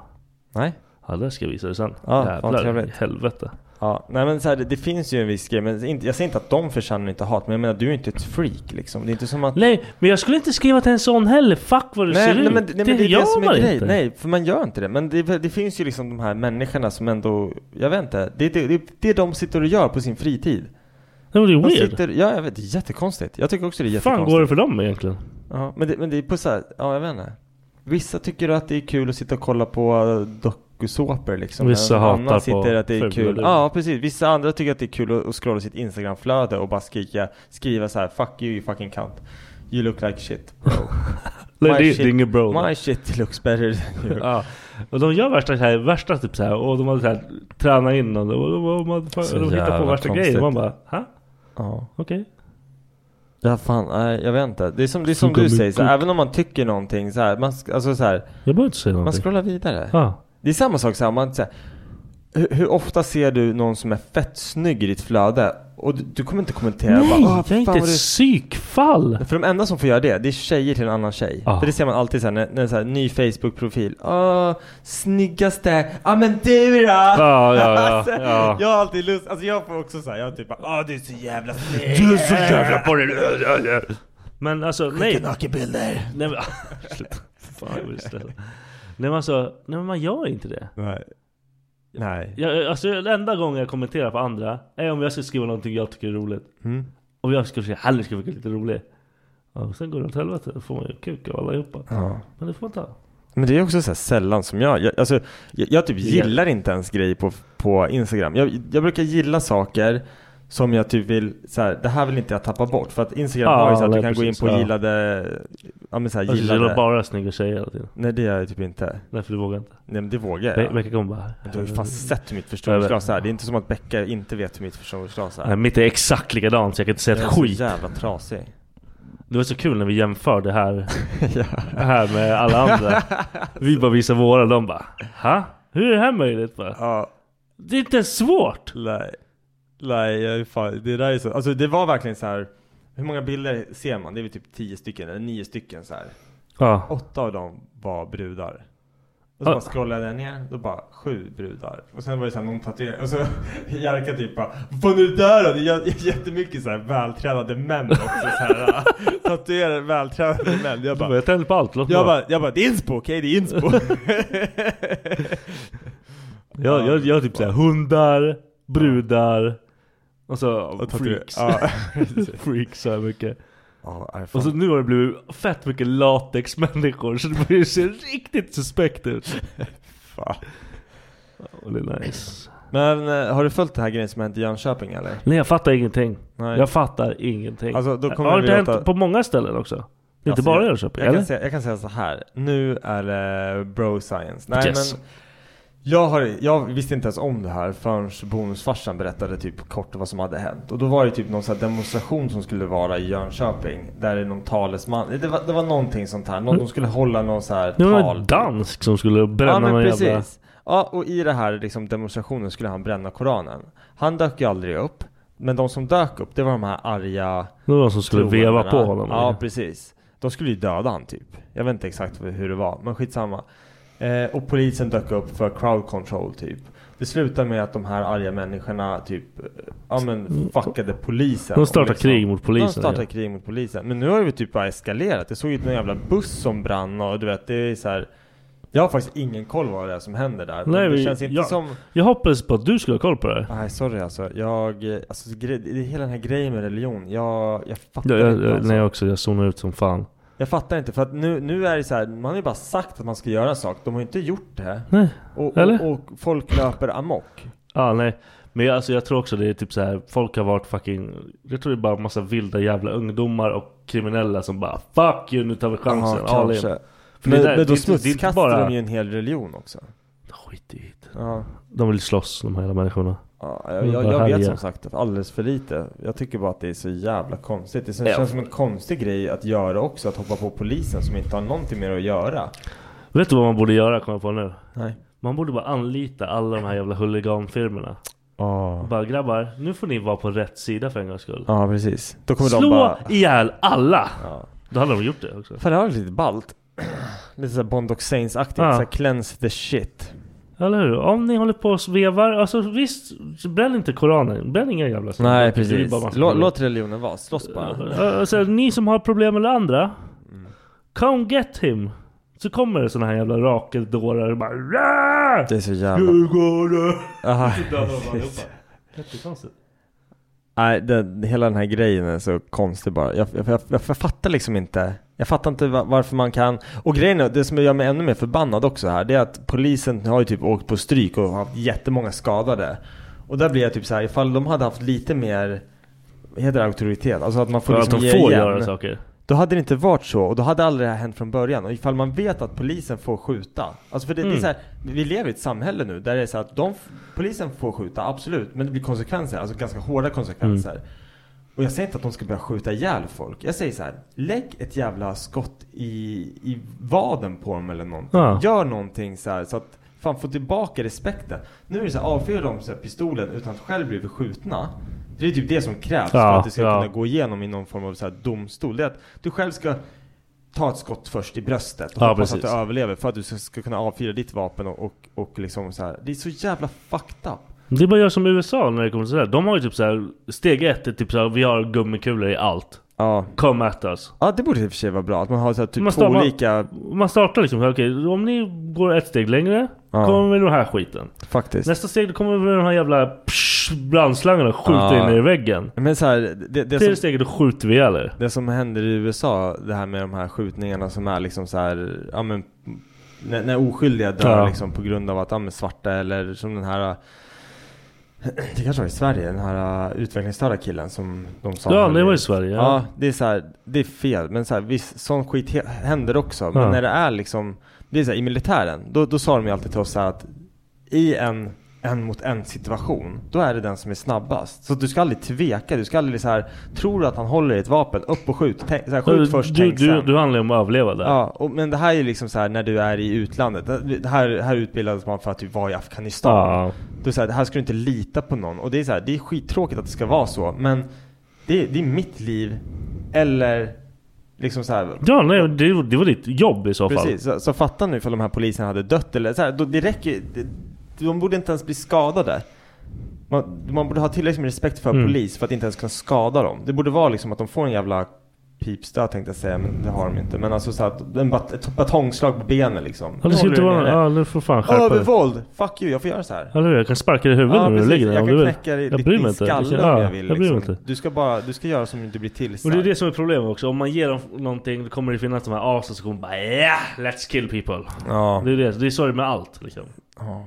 Speaker 2: Nej.
Speaker 3: Ja, det ska jag visa dig sen.
Speaker 2: Ja, fan
Speaker 3: Jävlar i
Speaker 2: trevligt.
Speaker 3: helvete.
Speaker 2: Ja, nej men så här, det, det finns ju en viss grej. Men inte, jag säger inte att de förtjänar inte hat, men jag menar du är inte ett freak liksom. Det är inte som att...
Speaker 3: Nej, men jag skulle inte skriva till en sån heller. Fuck vad du ser
Speaker 2: nej,
Speaker 3: ut.
Speaker 2: men, nej, men det, är
Speaker 3: gör
Speaker 2: det som
Speaker 3: man
Speaker 2: är grejen.
Speaker 3: inte.
Speaker 2: Nej, för man gör inte det. Men det, det finns ju liksom de här människorna som ändå, jag vet inte. Det är det, det, det de sitter och gör på sin fritid.
Speaker 3: Det är
Speaker 2: De
Speaker 3: weird.
Speaker 2: sitter, ja jag vet, det är jättekonstigt. Jag tycker också det är
Speaker 3: fan
Speaker 2: jättekonstigt.
Speaker 3: går det för dem egentligen?
Speaker 2: Ja, men det, men det är på så här, ja jag vet inte. Vissa tycker att det är kul att sitta och kolla på äh, dokusåpor liksom.
Speaker 3: Vissa
Speaker 2: En annan
Speaker 3: hatar på
Speaker 2: sitter att det är kul.
Speaker 3: fulbilder.
Speaker 2: Ja, precis. Vissa andra tycker att det är kul att- att scrolla sitt Instagramflöde och bara skrika, skriva så här, 'Fuck you, you fucking cunt. You look like shit bro.
Speaker 3: Nej, det,
Speaker 2: My
Speaker 3: det är inget bro.
Speaker 2: My shit looks better than you.
Speaker 3: Ja. Och de gör värsta, så här, värsta typ så här, och de hade så här, tränat in och de, och de, och de,
Speaker 2: Så
Speaker 3: de hittar på
Speaker 2: jävla
Speaker 3: värsta
Speaker 2: konstigt.
Speaker 3: grejer. Man bara, ha?
Speaker 2: Ja.
Speaker 3: Okej.
Speaker 2: Ja fan, nej, jag vet inte. Det är som, det är som
Speaker 3: Suga
Speaker 2: du
Speaker 3: min
Speaker 2: säger, så här,
Speaker 3: kuk.
Speaker 2: även om man tycker någonting så här, man, sk- alltså så här,
Speaker 3: Jag behöver inte säga
Speaker 2: man
Speaker 3: någonting.
Speaker 2: scrollar vidare.
Speaker 3: Ja.
Speaker 2: Det är samma sak så här, om man, så här, hur, hur ofta ser du någon som är fett snygg i ditt flöde? Och du, du kommer inte kommentera
Speaker 3: Nej,
Speaker 2: bara, "Åh,
Speaker 3: jag är
Speaker 2: fan
Speaker 3: inte
Speaker 2: vad
Speaker 3: ett psykfall!
Speaker 2: du... För de enda som får göra det, det är tjejer till en annan tjej.
Speaker 3: Ja.
Speaker 2: För det ser man alltid såhär, när, när så här, ny Facebook-profil. Åh, snyggaste! Ja men du då!
Speaker 3: Ja, ja,
Speaker 2: Alltså,
Speaker 3: ja. ja.
Speaker 2: Jag har alltid lust, alltså jag får också såhär, jag typ bara, åh du är så jävla snygg!
Speaker 3: Du är så jävla på det. Men alltså, nej.
Speaker 2: nakenbilder!
Speaker 3: nej men, Sluta. Fan, jag blir stressad. Nej men alltså, nej men man gör inte det.
Speaker 2: Nej. Nej.
Speaker 3: Jag, alltså den enda gången jag kommenterar på andra är om jag ska skriva någonting jag tycker är roligt.
Speaker 2: Mm.
Speaker 3: Och jag ska säga hellre ska vara lite rolig. Ja, och sen går det åt helvete. Då får man ju kuk av allihopa.
Speaker 2: Ja.
Speaker 3: Men det får man ta. Alltså,
Speaker 2: Men det är också så här sällan som jag, jag alltså jag, jag typ gillar inte ens grejer på, på Instagram. Jag, jag brukar gilla saker som jag typ vill, så här, det här vill inte jag tappa bort. För att Instagram
Speaker 3: Ja,
Speaker 2: har ju så att du
Speaker 3: nej,
Speaker 2: kan gå in
Speaker 3: precis,
Speaker 2: på
Speaker 3: ja.
Speaker 2: gillade, ja men så här,
Speaker 3: Jag gillar
Speaker 2: gillade.
Speaker 3: bara snygga tjejer hela tiden.
Speaker 2: Nej det gör jag typ inte.
Speaker 3: Därför du vågar inte.
Speaker 2: Nej men det vågar
Speaker 3: Be-
Speaker 2: jag.
Speaker 3: Becka kommer bara...
Speaker 2: du har ju fan sett hur mitt förstoringsglas är. Det är inte som att Becka inte vet hur mitt förstoringsglas är.
Speaker 3: Nej, mitt är exakt likadant så jag kan inte säga
Speaker 2: jag
Speaker 3: ett
Speaker 2: är så
Speaker 3: skit.
Speaker 2: jävla trasig.
Speaker 3: Det var så kul när vi jämför det här, det här med alla andra. Vi bara visar våra, de bara ha? Hur är det här möjligt? Bara, Det är inte svårt!
Speaker 2: Nej. Nej, jag är fan, det där är så. Alltså det var verkligen så här. Hur många bilder ser man? Det är väl typ tio stycken eller nio stycken så här.
Speaker 3: Ja.
Speaker 2: Åtta av dem var brudar. Och så
Speaker 3: Ja.
Speaker 2: bara scrollade jag ner, då bara sju brudar. Och sen var det så här någon tatuering. Och så Jerka typ bara Vad fan är det där då? Det är jä- jättemycket så här vältränade män också. Så här, tatuerade vältränade män. Jag
Speaker 3: Jag,
Speaker 2: bara,
Speaker 3: bara, jag tänder på allt, låt
Speaker 2: jag
Speaker 3: bara.
Speaker 2: bara, jag bara det är Inspo, okej det är Inspo.
Speaker 3: Jag, jag, jag typ såhär hundar, brudar och så
Speaker 2: tatuer-
Speaker 3: freaks.
Speaker 2: ja.
Speaker 3: freaks så här mycket.
Speaker 2: Ja, nej, fan.
Speaker 3: och så nu har det blivit fett mycket latexmänniskor så det börjar se riktigt suspekt ut.
Speaker 2: Fan.
Speaker 3: Och det är nice.
Speaker 2: Men eh, har du följt det här grejen som hänt i Jönköping eller?
Speaker 3: Nej jag fattar ingenting.
Speaker 2: Nej.
Speaker 3: Jag fattar ingenting.
Speaker 2: Alltså, då kommer
Speaker 3: har
Speaker 2: vi
Speaker 3: det hänt
Speaker 2: låta-
Speaker 3: på många ställen också? Det är inte
Speaker 2: Alltså,
Speaker 3: bara i
Speaker 2: jag-
Speaker 3: Jönköping
Speaker 2: jag
Speaker 3: eller?
Speaker 2: Kan säga, jag kan säga så här. Nu är det bro science. Nej
Speaker 3: Yes.
Speaker 2: men. Jag, har, jag visste inte ens om det här förrän bonusfarsan berättade typ kort vad som hade hänt. Och då var det typ någon så här demonstration som skulle vara i Jönköping. Där det är någon talesman. Det var, det var någonting sånt här. Någon, de skulle hålla någon så här
Speaker 3: Nu var det
Speaker 2: tal.
Speaker 3: en dansk som skulle bränna
Speaker 2: Ja men
Speaker 3: någon
Speaker 2: precis.
Speaker 3: jävla...
Speaker 2: Ja och i det här liksom, demonstrationen skulle han bränna Koranen. Han dök ju aldrig upp. Men de som dök upp det var de här arga
Speaker 3: Det var någon som skulle
Speaker 2: troenderna.
Speaker 3: veva på honom.
Speaker 2: Ja precis. De skulle ju döda han typ. Jag vet inte exakt hur det var men skitsamma. Eh, och polisen dök upp för crowd control typ. Det slutade med att de här arga människorna typ, eh, ja men fuckade polisen.
Speaker 3: Mm. De startade
Speaker 2: Och
Speaker 3: krig mot polisen,
Speaker 2: De startade
Speaker 3: ja.
Speaker 2: krig mot polisen. Men nu har det typ bara eskalerat. Jag såg ju någon jävla buss som brann och du vet det är så här. Jag har faktiskt ingen koll vad det är som händer där. Men
Speaker 3: Nej,
Speaker 2: det
Speaker 3: vi-
Speaker 2: känns inte
Speaker 3: jag-
Speaker 2: som...
Speaker 3: Jag hoppades på att du skulle ha koll på det här.
Speaker 2: Nej sorry alltså. Jag, eh, alltså gre- det är hela den här grejen med religion. Jag, jag fattar
Speaker 3: Jag, jag,
Speaker 2: inte
Speaker 3: jag,
Speaker 2: alltså.
Speaker 3: nej jag också, jag zonar ut som fan.
Speaker 2: Jag fattar inte för att nu, nu är det så här, man har ju bara sagt att man ska göra en sak, de har ju inte gjort det.
Speaker 3: Nej,
Speaker 2: Och,
Speaker 3: eller?
Speaker 2: och, och folk löper amok.
Speaker 3: Ja, nej. Men jag, alltså, jag tror också det är typ så här. folk har varit fucking... Jag tror det är bara massa vilda jävla ungdomar och kriminella som bara 'Fuck you, nu tar vi chansen'
Speaker 2: Ja,
Speaker 3: all in.
Speaker 2: kanske.
Speaker 3: För
Speaker 2: Men,
Speaker 3: det där-
Speaker 2: men
Speaker 3: det
Speaker 2: då
Speaker 3: är inte- det är inte
Speaker 2: smutskastar
Speaker 3: bara-
Speaker 2: de ju en hel religion också.
Speaker 3: Skit i det.
Speaker 2: Ja,
Speaker 3: De vill slåss, de här jävla människorna.
Speaker 2: ja, jag,
Speaker 3: Mm,
Speaker 2: jag, jag vet som sagt alldeles för lite. Jag tycker bara att det är så jävla konstigt. Det känns
Speaker 3: Ja.
Speaker 2: som en konstig grej att göra också, att hoppa på polisen som inte har någonting mer att göra.
Speaker 3: Vet du vad man borde göra, kommer jag på nu?
Speaker 2: Nej.
Speaker 3: Man borde bara anlita alla de här jävla huliganfirmorna.
Speaker 2: Ja,
Speaker 3: Bara grabbar, nu får ni vara på rätt sida för en gångs skull.
Speaker 2: ja precis. Då kommer
Speaker 3: Slå
Speaker 2: de bara...
Speaker 3: ihjäl alla!
Speaker 2: Ja.
Speaker 3: Då hade de gjort det också.
Speaker 2: Fan det här var lite ballt. Lite såhär Bond och Saints-aktigt,
Speaker 3: Ja.
Speaker 2: såhär cleanse the shit.
Speaker 3: Eller hur? Om ni håller på och svevar, alltså visst, bränn inte koranen. Bränn inga jävla sådana.
Speaker 2: Nej
Speaker 3: Det är
Speaker 2: precis.
Speaker 3: bara massa
Speaker 2: Lå-
Speaker 3: problem.
Speaker 2: låt religionen vara, slåss bara.
Speaker 3: Ja, Alltså, ni som har problem med det andra,
Speaker 2: Mm.
Speaker 3: come get him. Så kommer det såna här jävla rakeldårar och bara "Rah!
Speaker 2: Det är så jävla...
Speaker 3: Nu går det!
Speaker 2: Aha,
Speaker 3: Så dödar de allihopa.
Speaker 2: precis.
Speaker 3: Jättekonstigt.
Speaker 2: Nej, den, hela den här grejen är så konstig bara. Jag, jag, jag, jag fattar liksom inte. Jag fattar inte va- varför man kan. Och grejen är, det som gör mig ännu mer förbannad också här, det är att polisen har ju typ åkt på stryk och haft jättemånga skadade. Och där blir jag typ så här, ifall de hade haft lite mer, vad heter det, auktoritet? Alltså att man får
Speaker 3: För att
Speaker 2: liksom
Speaker 3: de
Speaker 2: ge
Speaker 3: får
Speaker 2: igen.
Speaker 3: göra saker.
Speaker 2: Då hade det inte varit så och då hade aldrig det här hänt från början. Och ifall man vet att polisen får skjuta. Alltså för det, det är
Speaker 3: Mm.
Speaker 2: så här, vi lever i ett samhälle nu där det är så att de, polisen får skjuta, absolut. Men det blir konsekvenser, alltså ganska hårda konsekvenser.
Speaker 3: Mm.
Speaker 2: Och jag säger inte att de ska börja skjuta ihjäl folk. Jag säger så här, lägg ett jävla skott i, i vaden på dem eller någonting.
Speaker 3: Ja.
Speaker 2: Gör någonting så här så att fan få tillbaka respekten. Nu är det så här, avfyrar de så här pistolen utan att själv bli skjutna. Det är typ det som krävs för
Speaker 3: Ja,
Speaker 2: att det ska
Speaker 3: ja.
Speaker 2: kunna gå igenom i någon form av så här domstol. Det är att du själv ska ta ett skott först i bröstet och
Speaker 3: Ja,
Speaker 2: hoppas
Speaker 3: precis.
Speaker 2: att du överlever för att du ska- ska kunna avfyra ditt vapen och, och, och liksom så här. Det är så jävla fucked up.
Speaker 3: Det är bara att göra som USA när det kommer till sådär. De har ju typ såhär, steg ett är typ såhär, vi har gummikulor i allt.
Speaker 2: Ja.
Speaker 3: Come at us.
Speaker 2: ja, det borde i och för sig vara bra att man har så här, typ
Speaker 3: Man
Speaker 2: två
Speaker 3: stammar-
Speaker 2: olika
Speaker 3: Man startar liksom, okej om ni går ett steg längre,
Speaker 2: Ja.
Speaker 3: kommer vi med den här skiten.
Speaker 2: faktiskt.
Speaker 3: Nästa steg, då kommer vi med de här jävla psh, brandslangarna och skjuta
Speaker 2: Ja.
Speaker 3: in er i väggen.
Speaker 2: Men så här, det, det
Speaker 3: Tredje
Speaker 2: som
Speaker 3: steget, då skjuter vi ihjäl er.
Speaker 2: Det som händer i USA, det här med de här skjutningarna som är liksom så här, ja men när, när oskyldiga dör
Speaker 3: Ja.
Speaker 2: liksom på grund av att, ja men svarta eller som den här det kanske var i Sverige, den här uh, utvecklingsstörda killen som de sa
Speaker 3: Ja,
Speaker 2: höll
Speaker 3: det var
Speaker 2: i-
Speaker 3: i Sverige.
Speaker 2: Ja, det är så här, det är fel. Men så här, visst, sån skit he- händer också. Men
Speaker 3: Ja.
Speaker 2: när det är liksom, det är så här, i militären, då, då sa de ju alltid till oss så här att i en en mot en situation, då är det den som är snabbast. Så att du ska aldrig tveka, du ska aldrig så här, tror du att han håller i ett vapen, upp och skjut, tänk, så här, skjut
Speaker 3: Du-
Speaker 2: först,
Speaker 3: du,
Speaker 2: tänk
Speaker 3: du,
Speaker 2: sen.
Speaker 3: du handlar ju om att överleva där.
Speaker 2: Ja, och, men det här är liksom så här när du är i utlandet. Det- Det här, här utbildades man för att typ vara i Afghanistan.
Speaker 3: Ja.
Speaker 2: Då är så här, det här ska du inte lita på någon. Och det är så här, det är skittråkigt att det ska vara så. Men det, det är mitt liv. Eller liksom så här.
Speaker 3: Ja, nej, det, det var ditt jobb i så fall.
Speaker 2: Precis, så, så fatta nu ifall de här poliserna hade dött eller så här, då, det räcker ju- det, De borde inte ens bli skadade. Man, man borde ha tillräckligt med respekt för
Speaker 3: Mm.
Speaker 2: polis för att inte ens kunna skada dem. Det borde vara liksom att de får en jävla pipstöt tänkte jag säga, men det har de inte. Men alltså så att en bat, ett batongslag på benen liksom.
Speaker 3: Ja, det ska
Speaker 2: Håller
Speaker 3: inte
Speaker 2: du
Speaker 3: vara...
Speaker 2: nere.
Speaker 3: Ja, du får fan skärpa dig.
Speaker 2: Övervåld! Fuck you, jag får göra så här.
Speaker 3: Eller hur? Jag kan sparka dig i huvudet
Speaker 2: Ja,
Speaker 3: när du
Speaker 2: precis.
Speaker 3: ligger där
Speaker 2: jag
Speaker 3: om
Speaker 2: kan
Speaker 3: du vill.
Speaker 2: knäcka dig
Speaker 3: Jag
Speaker 2: ditt-
Speaker 3: bryr mig
Speaker 2: din
Speaker 3: inte.
Speaker 2: skalle
Speaker 3: Ja,
Speaker 2: om jag vill.
Speaker 3: jag bryr mig
Speaker 2: liksom. Du ska bara, du ska göra som du blir
Speaker 3: Och
Speaker 2: tillsagd.
Speaker 3: det är det som är problemet också. Om man ger dem någonting då kommer det finnas de här asen som kommer bara yeah, let's kill people.
Speaker 2: Ja.
Speaker 3: Det, är det. det är så det är med allt liksom.
Speaker 2: Ja.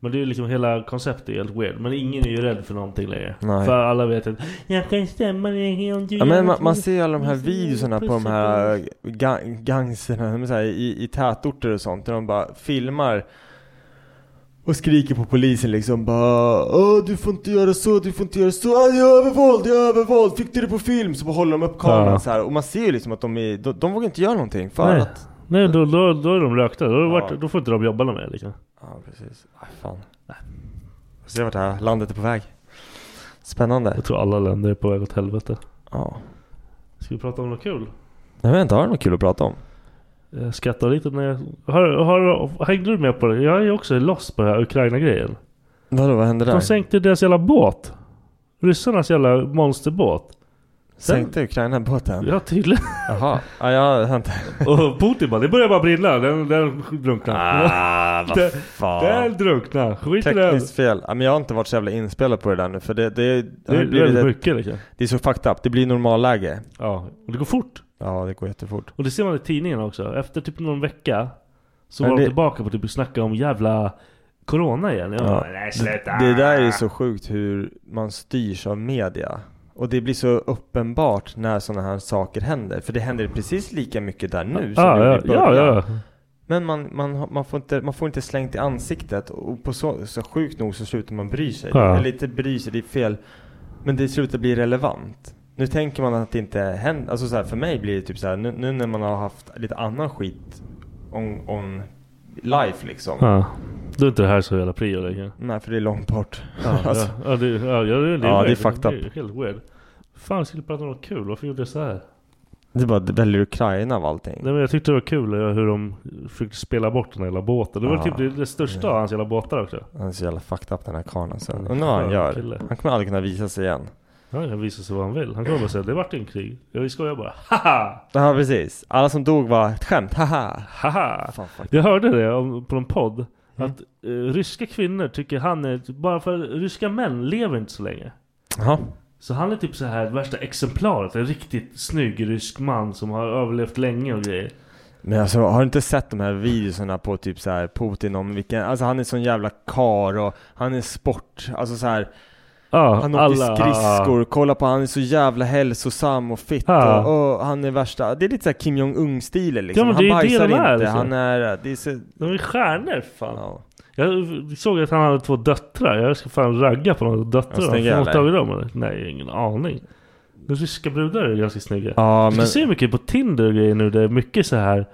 Speaker 3: Men det är liksom hela konceptet är helt weird. Men ingen är ju rädd för någonting längre.
Speaker 2: Nej.
Speaker 3: För alla vet att jag kan stämma dig om du
Speaker 2: Ja,
Speaker 3: gör
Speaker 2: men man,
Speaker 3: något
Speaker 2: man
Speaker 3: mer."
Speaker 2: ser ju alla de här
Speaker 3: Jag ser dig
Speaker 2: videorna på de
Speaker 3: pussa
Speaker 2: här
Speaker 3: dig.
Speaker 2: ga- gangsterna de är så här, i, i tätorter och sånt där de bara filmar och skriker på polisen liksom bara Åh, du får inte göra så, du får inte göra så, ah, det är övervåld, det är övervåld, fick du det på film? Så bara håller de upp kameran
Speaker 3: Ja.
Speaker 2: så här och man ser ju liksom att de är, de, de vågar inte göra någonting för
Speaker 3: Nej,
Speaker 2: att
Speaker 3: Nej då, då, då är de rökta. Då, har det
Speaker 2: Ja.
Speaker 3: varit, då får inte de jobba mer liksom.
Speaker 2: Ja precis, Aj, fan Får se vart det här landet är på väg Spännande
Speaker 3: Jag tror alla länder är på väg åt helvete.
Speaker 2: Ja,
Speaker 3: Ska vi prata om något kul?
Speaker 2: jag vet inte, har du något kul att prata om?
Speaker 3: Jag skrattar lite när jag... Har, har, hängde du med på det? Jag är ju också loss på den här Ukraina-grejen.
Speaker 2: Vadå, vad hände där?
Speaker 3: De sänkte deras jävla båt. Ryssarnas jävla monsterbåt. Sen-
Speaker 2: Sänkte Ukraina båten?
Speaker 3: Ja tydligen.
Speaker 2: Jaha, ja, jag har inte
Speaker 3: Och Putin bara, det börjar bara brinna. Den, den drunknar.
Speaker 2: Ah, vad
Speaker 3: den,
Speaker 2: fan.
Speaker 3: den drunknar. Skit i den.
Speaker 2: Tekniskt fel. Ja, men jag har inte varit så jävla inspelad på det där nu för det, det,
Speaker 3: Det är väldigt mycket liksom.
Speaker 2: Det är så fucked up. Det blir normalläge.
Speaker 3: Ja, och det går fort.
Speaker 2: Ja, det går jättefort.
Speaker 3: Och det ser man i tidningen också. Efter typ någon vecka så
Speaker 2: Men
Speaker 3: var de
Speaker 2: det-
Speaker 3: tillbaka på typ att snacka om jävla Corona igen. Jag bara, nej sluta.
Speaker 2: Det, det där är så sjukt hur man styrs av media. Och det blir så uppenbart när sådana här saker händer. För det händer precis lika mycket där nu som
Speaker 3: Ja,
Speaker 2: det
Speaker 3: Ah, ja,
Speaker 2: gjorde i
Speaker 3: ja,
Speaker 2: början.
Speaker 3: ja.
Speaker 2: Men man, man, har- man, får inte, man får inte slängt i ansiktet och på så, så sjukt nog så slutar man bry sig.
Speaker 3: Ja.
Speaker 2: Eller inte bry sig, det är fel. Men det slutar bli relevant. Nu tänker man att det inte händer. Alltså så här, för mig blir det typ så här, nu, nu när man har haft lite annan skit on, on life liksom.
Speaker 3: ja. Då är inte det här så jävla prio längre.
Speaker 2: Nej, för det är långt bort.
Speaker 3: Ja,
Speaker 2: alltså,
Speaker 3: ja, ja, det, ja, ja, det, det,
Speaker 2: Ja,
Speaker 3: weird.
Speaker 2: det är fucked
Speaker 3: Det är
Speaker 2: up.
Speaker 3: helt weird. Fan, jag skulle prata om något kul. Varför gjorde jag så här?
Speaker 2: Det är bara det väljer Ukraina av allting.
Speaker 3: Nej, men jag tyckte det var kul eh, hur de försökte spela bort den här jävla båten. Det var
Speaker 2: Ja.
Speaker 3: typ det, det största av hans jävla båtar också.
Speaker 2: Han är så jävla fucked up den här karln alltså.
Speaker 3: Han är
Speaker 2: Undrar vad han
Speaker 3: skön
Speaker 2: gör.
Speaker 3: kille.
Speaker 2: Han kommer aldrig kunna visa sig igen.
Speaker 3: Ja, Han kan visa sig vad han vill. Han kommer bara säga det vart en krig. Jag skojar bara. Haha!
Speaker 2: Ja precis. Alla som dog var ett skämt, haha.
Speaker 3: Haha!
Speaker 2: Fan, fuck.
Speaker 3: Jag hörde det om- på någon podd. Att eh, ryska kvinnor tycker han är... typ, Bara för ryska män lever inte så länge.
Speaker 2: Jaha.
Speaker 3: Så han är typ så här värsta exemplaret. En riktigt snygg rysk man som har överlevt länge och grejer.
Speaker 2: Men alltså har du inte sett de här videorna på typ så här Putin om vilken, alltså han är sån jävla kar och han är sport, alltså så här
Speaker 3: Ja,
Speaker 2: Han åker skridskor, kolla på han är så jävla hälsosam och fit
Speaker 3: Ja.
Speaker 2: och, och han är värsta, det är lite så här Kim Jong-Un stilen liksom.
Speaker 3: men det är
Speaker 2: han
Speaker 3: ju det
Speaker 2: bajsar
Speaker 3: de är,
Speaker 2: inte,
Speaker 3: liksom.
Speaker 2: han är, det är så,
Speaker 3: De är stjärnor fan.
Speaker 2: ja.
Speaker 3: Jag såg att han hade två döttrar. Jag ska fan ragga på några döttrar.
Speaker 2: Ja,
Speaker 3: Får
Speaker 2: snygga,
Speaker 3: man
Speaker 2: eller?
Speaker 3: tag i dem eller? Nej, jag har ingen aning. De ryska brudar är ganska snygga.
Speaker 2: Ja,
Speaker 3: jag ska
Speaker 2: men-
Speaker 3: se mycket på Tinder och grejer nu. Det är mycket så här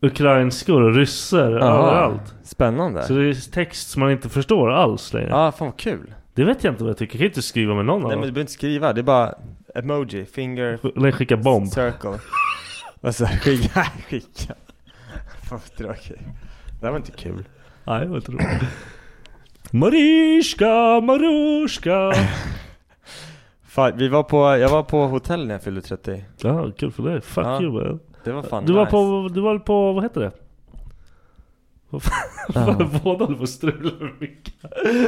Speaker 3: ukrainskor och ryssar
Speaker 2: Aha.
Speaker 3: överallt.
Speaker 2: Spännande.
Speaker 3: Så det är text som man inte förstår alls längre.
Speaker 2: Ja, fan vad kul.
Speaker 3: Det vet jag inte vad jag tycker. Jag kan inte skriva med någon av
Speaker 2: Nej men du
Speaker 3: dem.
Speaker 2: behöver inte skriva, det är bara emoji, finger,
Speaker 3: Eller skicka bomb.
Speaker 2: circle. Alltså skicka, skicka. Fan vad tråkigt. Det här var inte kul.
Speaker 3: Nej, vad tror du? Mariska, Maruska.
Speaker 2: Fan, vi var på, jag var på hotell när jag fyllde 30.
Speaker 3: Ja, kul för dig. Fuck
Speaker 2: Ja.
Speaker 3: you man.
Speaker 2: Det var fan
Speaker 3: Du var
Speaker 2: nice.
Speaker 3: på, du var på, vad heter det? Vad fan- Båda håller på att strula med mycket.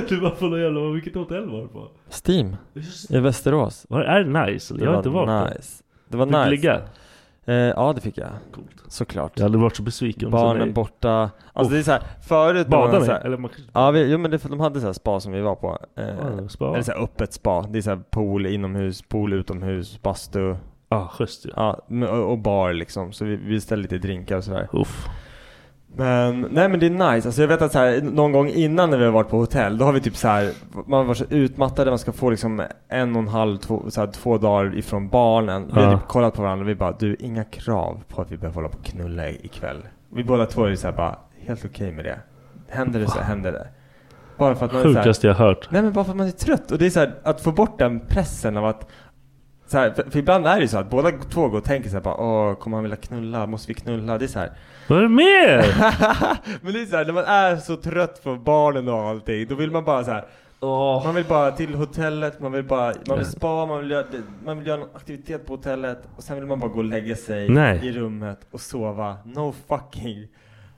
Speaker 3: Du var på någon jävla, vilket hotell var du på?
Speaker 2: Steam i Västerås.
Speaker 3: Var, är det nice?
Speaker 2: Det
Speaker 3: jag har
Speaker 2: var
Speaker 3: inte varit där.
Speaker 2: nice. Det var
Speaker 3: Fick
Speaker 2: nice.
Speaker 3: ligga?
Speaker 2: Eh, ja, det fick jag.
Speaker 3: Coolt.
Speaker 2: Såklart.
Speaker 3: Jag hade varit så besviken om
Speaker 2: Barnen borta. Alltså det är så här, förut när man
Speaker 3: Badade
Speaker 2: så
Speaker 3: ni?
Speaker 2: här,
Speaker 3: Eller man kanske...
Speaker 2: Ja, vi, jo, men det, för de hade så här spa som vi var på. Eh,
Speaker 3: Ja, spa.
Speaker 2: Eller så här öppet spa. Det är så här pool inomhus, pool utomhus, bastu.
Speaker 3: Ja, schysst ju.
Speaker 2: Ja, men- och, och bar liksom. Så vi, vi ställde lite drinkar och sådär.
Speaker 3: Uff.
Speaker 2: Men, nej men det är nice. Alltså jag vet att så här, någon gång innan när vi har varit på hotell, då har vi typ så här, man var så utmattade, man ska få liksom en och en halv, två, så här, två dagar ifrån barnen. Vi har
Speaker 3: Ja.
Speaker 2: typ kollat på varandra och vi bara, du inga krav på att vi behöver hålla på och knulla i- ikväll. Vi båda två är ju så här, bara, helt okej med det. Händer det så händer det. Bara för att man är så här-
Speaker 3: Sjukaste jag hört.
Speaker 2: Nej men bara för att man är trött. Och det är så här, att få bort den pressen av att så här, för, för ibland är det ju så att båda två går och tänker så här, bara, Åh, kommer han vilja knulla? Måste vi knulla? Det är så här.
Speaker 3: Vad är det med
Speaker 2: Men det är så här, när man är så trött på barnen och allting, då vill man bara så här. Man vill bara till hotellet, man vill bara, man vill spa, man vill, göra, man vill göra någon aktivitet på hotellet och sen vill man bara gå och lägga sig
Speaker 3: Nej.
Speaker 2: i rummet och sova. No fucking.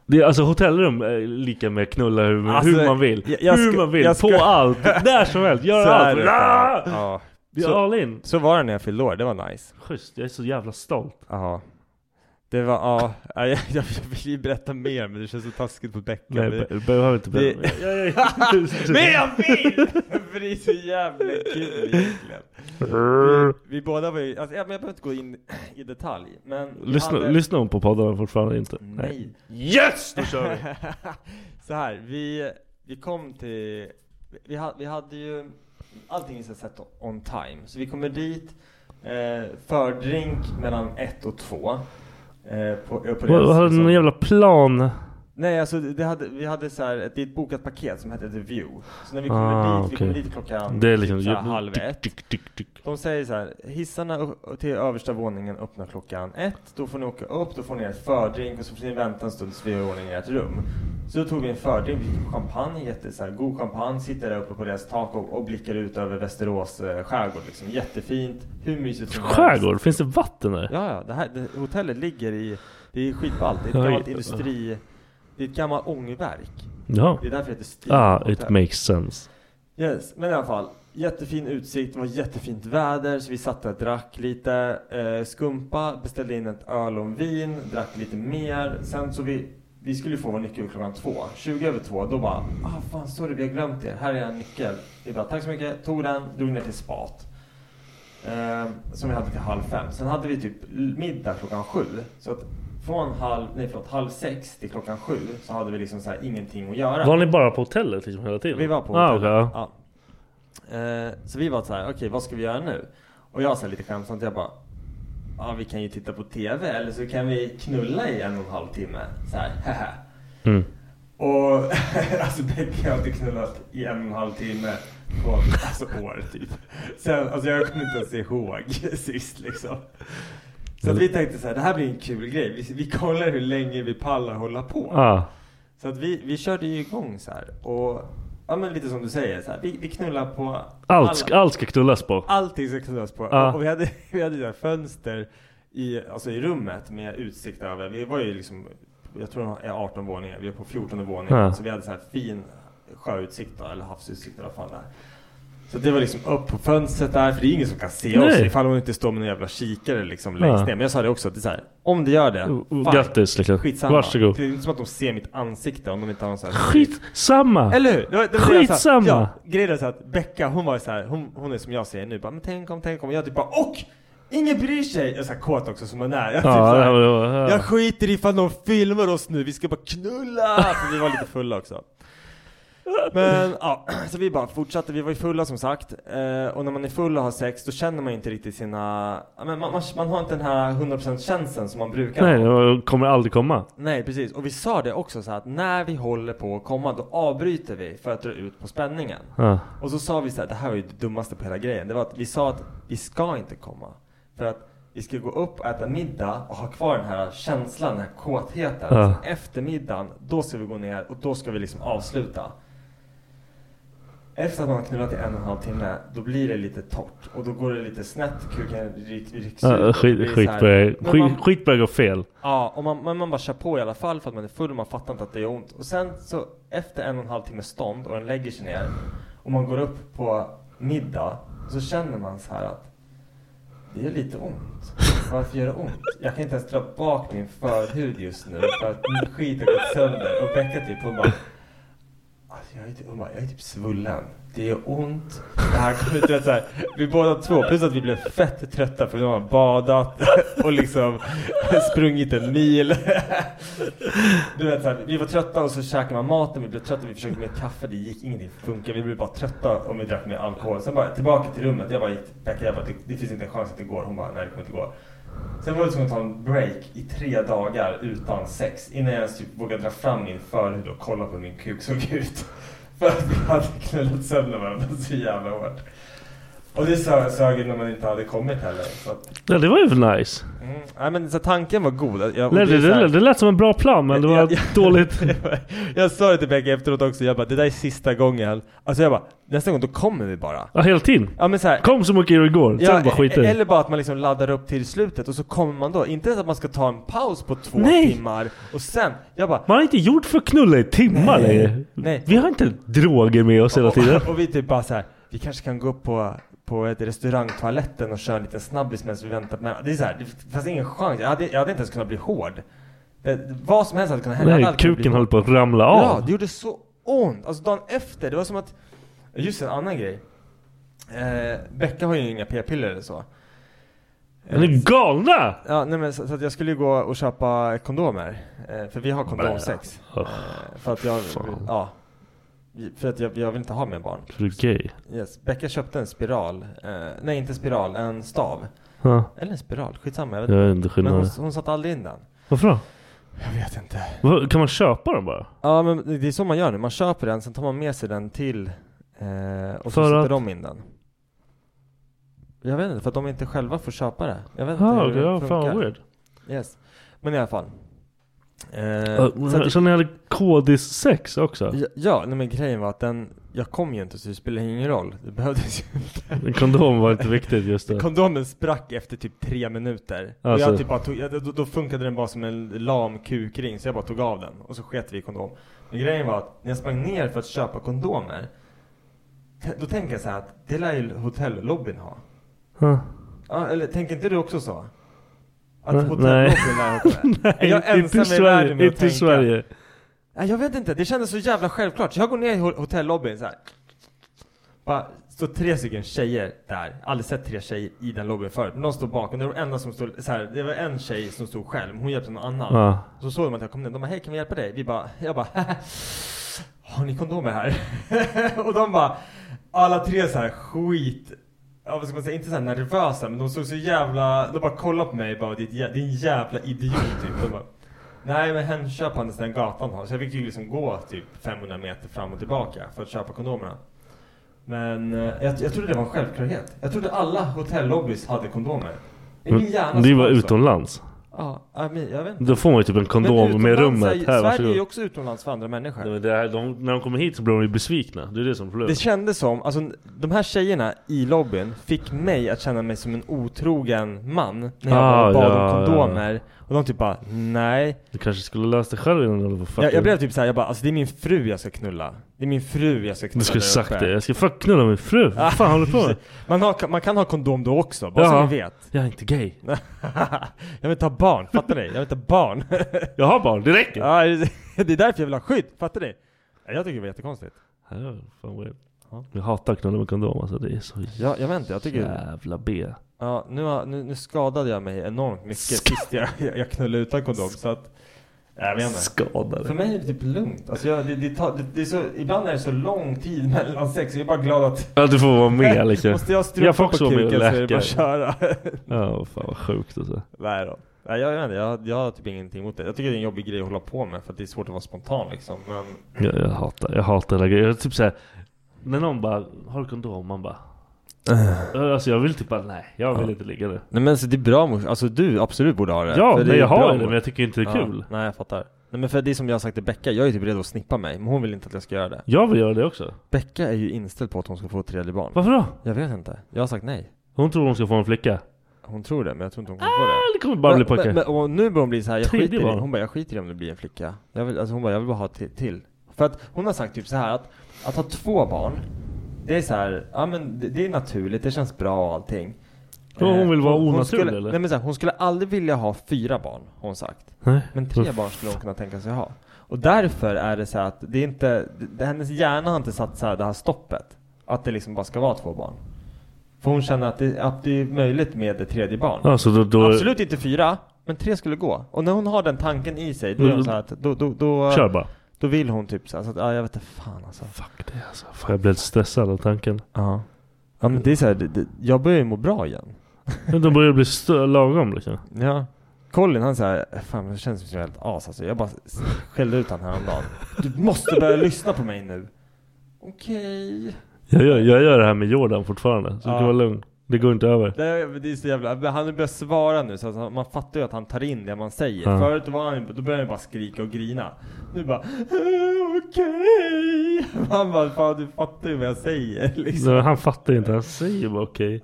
Speaker 3: Det är alltså hotellrum är lika med knulla hur,
Speaker 2: Alltså,
Speaker 3: hur man vill.
Speaker 2: jag- jag
Speaker 3: hur
Speaker 2: ska-
Speaker 3: man vill.
Speaker 2: jag ska-
Speaker 3: På allt. Där som helst. Gör
Speaker 2: Så är
Speaker 3: allt.
Speaker 2: det.
Speaker 3: Ah!
Speaker 2: Ja.
Speaker 3: Vi är
Speaker 2: Så-
Speaker 3: all in.
Speaker 2: Så var det när jag fyllde år, det var nice.
Speaker 3: Schysst, jag är så jävla stolt.
Speaker 2: Ja. Det var, ja, jag, jag, jag vill ju berätta mer men det känns så taskigt på Becka.
Speaker 3: Nej,
Speaker 2: Det-
Speaker 3: be- behöver inte berätta
Speaker 2: det-
Speaker 3: mer. Jag- jag-
Speaker 2: men jag vill! För det är så jävla kul egentligen. Vi, vi båda var ju, alltså, jag, men jag behöver inte gå in i detalj. Men vi
Speaker 3: Lyssna,
Speaker 2: hade-
Speaker 3: lyssnar hon på poddarna fortfarande inte?
Speaker 2: Nej.
Speaker 3: Yes! Då kör vi!
Speaker 2: så här, vi, vi kom till, vi, ha, vi hade ju, allting är så sett on time. Så vi kommer dit, eh, fördrink mellan ett och två. Eh, på, på liksom.
Speaker 3: Vad,
Speaker 2: deras-
Speaker 3: hade ni
Speaker 2: som-
Speaker 3: någon jävla plan?
Speaker 2: Nej, alltså det hade, vi hade så här, ett- det är ett bokat paket som hette The View. Så när vi kommer
Speaker 3: Ah,
Speaker 2: dit, vi
Speaker 3: okej.
Speaker 2: kommer dit klockan
Speaker 3: Det är liksom-
Speaker 2: typ så här, halv
Speaker 3: tick,
Speaker 2: ett. De säger så här, hissarna upp- till översta våningen öppnar klockan ett. Då får ni åka upp, då får ni ett fördrink och så får ni vänta en stund tills vi gör i ordning i ert rum. Så då tog vi en fördrink, vi fick champagne, jätte, så här, god champagne, sitter där uppe på deras tak och, och blickar ut över Västerås eh, skärgård. Liksom. Jättefint, hur mysigt som helst.
Speaker 3: Skärgård? Finns det vatten där?
Speaker 2: Ja, ja. Det här, det, hotellet ligger i... Det är skitballt. Det är ett
Speaker 3: Oj.
Speaker 2: gammalt industri... Det är ett gammalt ångverk.
Speaker 3: Ja.
Speaker 2: Det är därför det heter Steel
Speaker 3: Ah, it
Speaker 2: Hotel.
Speaker 3: makes sense.
Speaker 2: Yes, men i alla fall. Jättefin utsikt, det var jättefint väder så vi satt där och drack lite eh, skumpa, beställde in ett öl och en vin, drack lite mer. Sen så vi, vi skulle ju få vår nyckel klockan två. 20 över två, då bara ah fan sorry vi har glömt er, här är en nyckel. Vi bara tack så mycket, tog den, drog ner till spat. Eh, som vi hade till halv fem. Sen hade vi typ middag klockan sju. Så att från halv, nej förlåt, halv sex till klockan sju så hade vi liksom så här ingenting att göra.
Speaker 3: Var ni bara på hotellet liksom hela tiden?
Speaker 2: Vi var på
Speaker 3: ah,
Speaker 2: hotellet.
Speaker 3: okej, ja.
Speaker 2: ja. Eh, så vi var så här, okej vad ska vi göra nu? Och jag sa lite skämtsamt, jag bara Ja vi kan ju titta på TV eller så kan vi knulla i en och en halv timme. Så här, haha.
Speaker 3: Mm.
Speaker 2: Och alltså Becky har inte knullat i en och en halv timme på alltså, år typ. Sen, alltså jag kommer inte ens ihåg sist liksom. Så att vi tänkte så här, det här blir en kul grej. Vi, vi kollar hur länge vi pallar hålla på.
Speaker 3: Ah.
Speaker 2: Så att vi, vi körde ju igång så här och ja men lite som du säger så här, vi, vi knullar på
Speaker 3: Allt, ska,
Speaker 2: alla-
Speaker 3: allt ska knullas på.
Speaker 2: allting ska knullas på.
Speaker 3: Ja.
Speaker 2: Och, och vi hade, vi hade där fönster i, alltså i rummet med utsikt över. Vi var ju liksom, jag tror det är 18 våningar, vi var på 14 våningen.
Speaker 3: Ja.
Speaker 2: Så vi hade så här fin sjöutsikt då, eller havsutsikt i alla fall där. Så det var liksom upp på fönstret där, för det är ingen som kan se oss
Speaker 3: Nej.
Speaker 2: ifall hon inte står med någon jävla kikare liksom längst
Speaker 3: Ja.
Speaker 2: ner. Men jag sa det också, att det är så här, om det gör det,
Speaker 3: O- o-
Speaker 2: fine.
Speaker 3: grattis, liksom.
Speaker 2: Skitsamma.
Speaker 3: Varsågod.
Speaker 2: Det är inte som att de ser mitt ansikte om de inte har någon så här
Speaker 3: Skitsamma!
Speaker 2: eller hur? Det var- det var det jag sa.
Speaker 3: Skitsamma!
Speaker 2: Ja, grejen är så att Becka hon var så här, hon, hon är som jag säger nu bara, men tänk om, tänk om. Jag typ bara, och! Ingen bryr sig! Jag är så här kåt också som man är. Jag, typ
Speaker 3: Ja,
Speaker 2: så
Speaker 3: Ah, det
Speaker 2: här,
Speaker 3: var- det var-
Speaker 2: jag skiter i ifall någon filmar oss nu, vi ska bara knulla! För vi var lite fulla också. Men ja, så vi bara fortsatte, vi var ju fulla som sagt. Eh, och när man är full och har sex då känner man ju inte riktigt sina, ja, men man, man, man har inte den här 100% känslan som man brukar ha.
Speaker 3: Nej, det kommer aldrig komma. Ah,
Speaker 2: Nej precis, och vi sa det också så här att när vi håller på att komma då avbryter vi för att dra ut på spänningen.
Speaker 3: Ja.
Speaker 2: Och så sa vi så här, det här var ju det dummaste på hela grejen. Det var att vi sa att vi ska inte komma. För att vi ska gå upp och äta middag och ha kvar den här känslan, den här kåtheten.
Speaker 3: Ja.
Speaker 2: Sen eftermiddagen, då ska vi gå ner och då ska vi liksom avsluta. Efter att man har knullat i en och en halv timme, då blir det lite torrt. Och då går det lite snett, kuken rycks ut. och
Speaker 3: Ja,
Speaker 2: det
Speaker 3: skit,
Speaker 2: blir
Speaker 3: skit,
Speaker 2: så här-
Speaker 3: börjar,
Speaker 2: Men
Speaker 3: skit,
Speaker 2: man-
Speaker 3: skit börjar gå fel.
Speaker 2: Ja, och man, men man bara kör på i alla fall för att man är full och man fattar inte att det gör ont. Och sen så efter en och en halv timme stånd och den lägger sig ner och man går upp på middag så känner man så här att det gör lite ont. Varför gör det ont? Jag kan inte ens dra bak min förhud just nu för att min skit har gått sönder. Och Becka typ hon bara Alltså Jag är, typ, hon bara, jag är typ svullen. Det gör ont. Det här kommer ut, du vet, så här, vi båda två, plus att vi blev fett trötta för de har badat och liksom sprungit en mil. Du vet, så här, vi var trötta och så käkade man maten, vi blev trötta, vi försökte med kaffe, det gick ingenting funkar. Vi blev bara trötta om vi drack mer alkohol. Sen bara tillbaka till rummet, jag bara gick till Pekka, jag bara, det, det finns inte en chans att det går. Hon bara, nej det kommer inte gå. Sen var jag tvungen att ta en break i tre dagar utan sex innan jag ens typ vågade dra fram min förhud och kolla på hur min kuk såg ut. För att vi hade knullat sönder varandra så jävla hårt. Och det sö- sög ju när man inte hade kommit heller. Så att,
Speaker 3: Ja, det var ju nice.
Speaker 2: mm. Nej men så tanken var god. Jag, och
Speaker 3: Det,
Speaker 2: är
Speaker 3: det,
Speaker 2: så här-
Speaker 3: det, det lät som en bra plan men det var dåligt.
Speaker 2: jag sa det till Becky efteråt också, jag bara det där är sista gången. Alltså jag bara, nästa gång då kommer vi bara.
Speaker 3: Ja, hela tiden.
Speaker 2: Ja, men så här,
Speaker 3: Kom så mycket det går, sen bara skiter i.
Speaker 2: eller bara att man liksom laddar upp till slutet och så kommer man då. Inte ens att man ska ta en paus på två
Speaker 3: Nej.
Speaker 2: timmar och sen, jag bara
Speaker 3: Man har inte gjort för att knulla i timmar
Speaker 2: Nej.
Speaker 3: längre.
Speaker 2: Nej.
Speaker 3: Vi har inte droger med oss hela tiden.
Speaker 2: och, och vi typ bara så här, vi kanske kan gå upp på, på ett restaurangtoaletten och köra en liten snabbis medan vi väntar på den här." Det är så här, det fanns ingen chans. Jag hade, jag hade inte ens kunnat bli hård. Det, vad som helst hade kunnat hända. Jag hade
Speaker 3: Nej,
Speaker 2: aldrig kunnat bli
Speaker 3: kuken höll på att ramla
Speaker 2: Ja,
Speaker 3: av.
Speaker 2: det gjorde så ont. Alltså dagen efter, det var som att... Just en annan grej. Eh, Becka har ju inga p-piller eller så.
Speaker 3: Men ni är galna!
Speaker 2: Ja, nej men så, så att jag skulle ju gå och köpa kondomer. Eh, för vi har kondomsex.
Speaker 3: Bä.
Speaker 2: Eh, för att jag...
Speaker 3: Fan.
Speaker 2: Ja. För att jag, jag vill inte ha mer barn.
Speaker 3: För du är gay.
Speaker 2: Yes. Becka köpte en spiral. Eh, nej, inte spiral. En stav.
Speaker 3: Ja.
Speaker 2: Eller en spiral. Skitsamma. Jag vet
Speaker 3: Jag vet
Speaker 2: Men
Speaker 3: inte
Speaker 2: hon,
Speaker 3: skillnaden.
Speaker 2: hon satte aldrig in den.
Speaker 3: Varför då?
Speaker 2: Jag vet inte.
Speaker 3: Vad- Kan man köpa dem bara?
Speaker 2: Ja men det är så man gör nu, man köper den, sen tar man med sig den till eh, och så
Speaker 3: För
Speaker 2: sätter
Speaker 3: att-
Speaker 2: de in den. Jag vet inte, för att de inte själva får köpa det. Jag vet inte
Speaker 3: Ah,
Speaker 2: hur
Speaker 3: okay,
Speaker 2: det
Speaker 3: ja,
Speaker 2: funkar.
Speaker 3: fan vad weird.
Speaker 2: Yes. Men i alla fall. Eh,
Speaker 3: Uh,
Speaker 2: så
Speaker 3: så,
Speaker 2: att,
Speaker 3: ni hade kodis sex också?
Speaker 2: ja, ja, nej, men grejen var att den, jag kom ju inte så det spelade ingen roll. Det behövdes ju
Speaker 3: En
Speaker 2: inte.
Speaker 3: Kondom var inte viktigt just det.
Speaker 2: Kondomen sprack efter typ tre minuter. Och
Speaker 3: Alltså.
Speaker 2: jag typ bara tog, jag, då, då funkade den bara som en lam kukring, så jag bara tog av den. Och så sket vi i kondom. Men grejen var att när jag sprang ner för att köpa kondomer, t- då tänker jag så här att det lär ju hotellobbyn ha.
Speaker 3: Huh.
Speaker 2: Ja, eller tänker inte du också så? Att
Speaker 3: Nej.
Speaker 2: hotellobbyn lär ha Är jag
Speaker 3: Nej, inte
Speaker 2: ensam
Speaker 3: i
Speaker 2: i
Speaker 3: Sverige.
Speaker 2: världen med att
Speaker 3: Inte i
Speaker 2: tänka?
Speaker 3: Sverige.
Speaker 2: Nej, jag vet inte, det kändes så jävla självklart. Jag går ner i ho- hotellobbyn så här. Bara, står tre stycken tjejer där. Aldrig sett tre tjejer i den lobbyn förut. Men de står bakom. Det var, de enda som stod, så här, det var en tjej som stod själv. men Hon hjälpte någon annan.
Speaker 3: Ja.
Speaker 2: Så såg de att jag kom ner. De bara, hej kan vi hjälpa dig? Vi bara, jag bara, har ni kondomer här? och de bara, alla tre så här skit. Ja, vad ska man säga, inte så här nervösa men de såg så jävla, de bara kollade på mig och bara "Ditt jä- din jävla idiot typ. De bara, Nej men hen köper han den gatan har. Så jag fick ju liksom gå typ 500 meter fram och tillbaka för att köpa kondomerna. Men eh, jag, jag trodde det var en självklarhet. Jag trodde alla hotellobbys hade kondomer. I min hjärna
Speaker 3: Men Det
Speaker 2: så
Speaker 3: var
Speaker 2: det så.
Speaker 3: utomlands.
Speaker 2: Ja, ja, men jag vet inte.
Speaker 3: Då får man ju typ en kondom
Speaker 2: Men
Speaker 3: med
Speaker 2: utomlands är
Speaker 3: rummet.
Speaker 2: ju-
Speaker 3: Här,
Speaker 2: Sverige är ju
Speaker 3: varsågod.
Speaker 2: också utomlands för andra människor.
Speaker 3: Nej, men det här, de, när de kommer hit så blir de ju besvikna. Det är det som är
Speaker 2: Det
Speaker 3: problemet.
Speaker 2: kändes som, alltså de här tjejerna i lobbyn fick mig att känna mig som en otrogen man när jag bara
Speaker 3: Ah,
Speaker 2: bad
Speaker 3: ja,
Speaker 2: om kondomer. Och de typ bara, nej.
Speaker 3: Du kanske skulle lösa det själv innan du var fucking...
Speaker 2: Jag, jag blev typ såhär, jag bara, alltså det är min fru jag ska knulla. Det är min fru jag ska knulla
Speaker 3: Du skulle
Speaker 2: där
Speaker 3: sagt
Speaker 2: uppe."
Speaker 3: det. Jag ska fuck knulla min fru. Vad fan håller du på med?
Speaker 2: man, har, man kan ha kondom då också, bara så
Speaker 3: Jaha.
Speaker 2: ni vet.
Speaker 3: Jag är inte gay.
Speaker 2: jag vill ta barn, fattar ni? Jag vill ta barn.
Speaker 3: Jag har barn, det räcker.
Speaker 2: ja, det är därför jag vill ha skydd, fattar ni? Ja, Jag tycker det var jättekonstigt.
Speaker 3: Ja, fan weird.
Speaker 2: Ja.
Speaker 3: Jag hatar att knulla med kondom alltså. Det är så
Speaker 2: Ja, jag vet inte, jag tycker...
Speaker 3: jävla B.
Speaker 2: Ja, nu, har- nu, nu skadade jag mig enormt mycket sist jag, jag, jag knullade utan kondom, så att... Jag vet inte. För
Speaker 3: Skadade.
Speaker 2: mig är det typ lugnt. Alltså jag, det, det, tar, det, det är så, ibland är det så lång tid mellan sex, så jag är bara glad att...
Speaker 3: Ja, du får vara med liksom.
Speaker 2: Måste jag
Speaker 3: Jag
Speaker 2: strumpa på
Speaker 3: får också vara med
Speaker 2: kuken
Speaker 3: och
Speaker 2: så är det bara
Speaker 3: läka.
Speaker 2: att köra.
Speaker 3: Ja, fan vad sjukt alltså.
Speaker 2: Nej då. Nej, jag, jag, vet inte, jag, jag har typ ingenting emot det. Jag tycker det är en jobbig grej att hålla på med för att det är svårt att vara spontan liksom. Men
Speaker 3: Jag, jag hatar, jag hatar hela grejen. Jag är typ såhär, när någon bara har du kondom, man bara Alltså jag vill typ bara nej, jag vill
Speaker 2: Eh. Ja.
Speaker 3: inte ligga där.
Speaker 2: Nej men så det är bra mors. Alltså du absolut borde ha det.
Speaker 3: Ja,
Speaker 2: För
Speaker 3: men
Speaker 2: är
Speaker 3: jag
Speaker 2: bra
Speaker 3: har det
Speaker 2: mor-
Speaker 3: men jag tycker inte det är kul.
Speaker 2: Ja, nej jag fattar. Nej men för det är som jag har sagt till Becka, jag är typ redo att snippa mig. Men hon vill inte att jag ska göra det.
Speaker 3: Jag vill göra det också.
Speaker 2: Becka är ju inställd på att hon ska få ett tredje barn.
Speaker 3: Varför då?
Speaker 2: Jag vet inte. Jag har sagt nej.
Speaker 3: Hon tror hon ska få en flicka.
Speaker 2: Hon tror det, men jag tror inte hon kommer få det.
Speaker 3: Eller kommer bara bli
Speaker 2: Men- men,
Speaker 3: pojke.
Speaker 2: men, och nu börjar hon bli så här, jag
Speaker 3: Tredje
Speaker 2: skiter i,
Speaker 3: barn.
Speaker 2: hon bara jag skiter i om det blir en flicka. Jag vill, alltså hon bara jag vill bara ha till, till. För att hon har sagt typ så här att, att ha två barn, det är så här, ja men det, det är naturligt, det känns bra och allting. Eh,
Speaker 3: Hon- hon vill vara
Speaker 2: hon
Speaker 3: onaturlig,
Speaker 2: skulle,
Speaker 3: eller?
Speaker 2: Nej men så här, hon skulle aldrig vilja ha fyra barn, har hon sagt.
Speaker 3: Nej.
Speaker 2: Men tre barn skulle hon kunna tänka sig ha. Och därför är det så här att det är inte, det, hennes hjärna har inte satt så här det här stoppet. Att det liksom bara ska vara två barn. För hon känner att det, att det är möjligt med ett tredje barn.
Speaker 3: Ja, så då- då-
Speaker 2: Absolut inte fyra, men tre skulle gå. Och när hon har den tanken i sig, då är hon så här att då, då, då,
Speaker 3: Mm. Kör bara.
Speaker 2: Då vill hon typ så här, så att, ja, jag vet inte fan alltså.
Speaker 3: Fuck det alltså. Fan, jag blev lite stressad av tanken.
Speaker 2: Ja. Ja men det är så här, det, det, jag börjar ju må bra igen.
Speaker 3: Men de börjar bli stö- lagom liksom.
Speaker 2: Ja. Colin han såhär, fan men det känns som ett helt as alltså. Jag bara s- skällde ut honom häromdagen. Du måste börja lyssna på mig nu. Okej.
Speaker 3: Jag gör, jag gör det här med Jordan fortfarande. Så
Speaker 2: Ja.
Speaker 3: du kan vara lugn. Det går inte över.
Speaker 2: Det är, det är så jävla, men han har börjat svara nu så att man fattar ju att han tar in det man säger.
Speaker 3: Ja.
Speaker 2: Förut var han, då började han bara skrika och grina. Nu bara, "Eh, okej. Han bara, fan du fattar ju vad jag säger liksom.
Speaker 3: Nej, Han fattar inte. Han säger bara okej.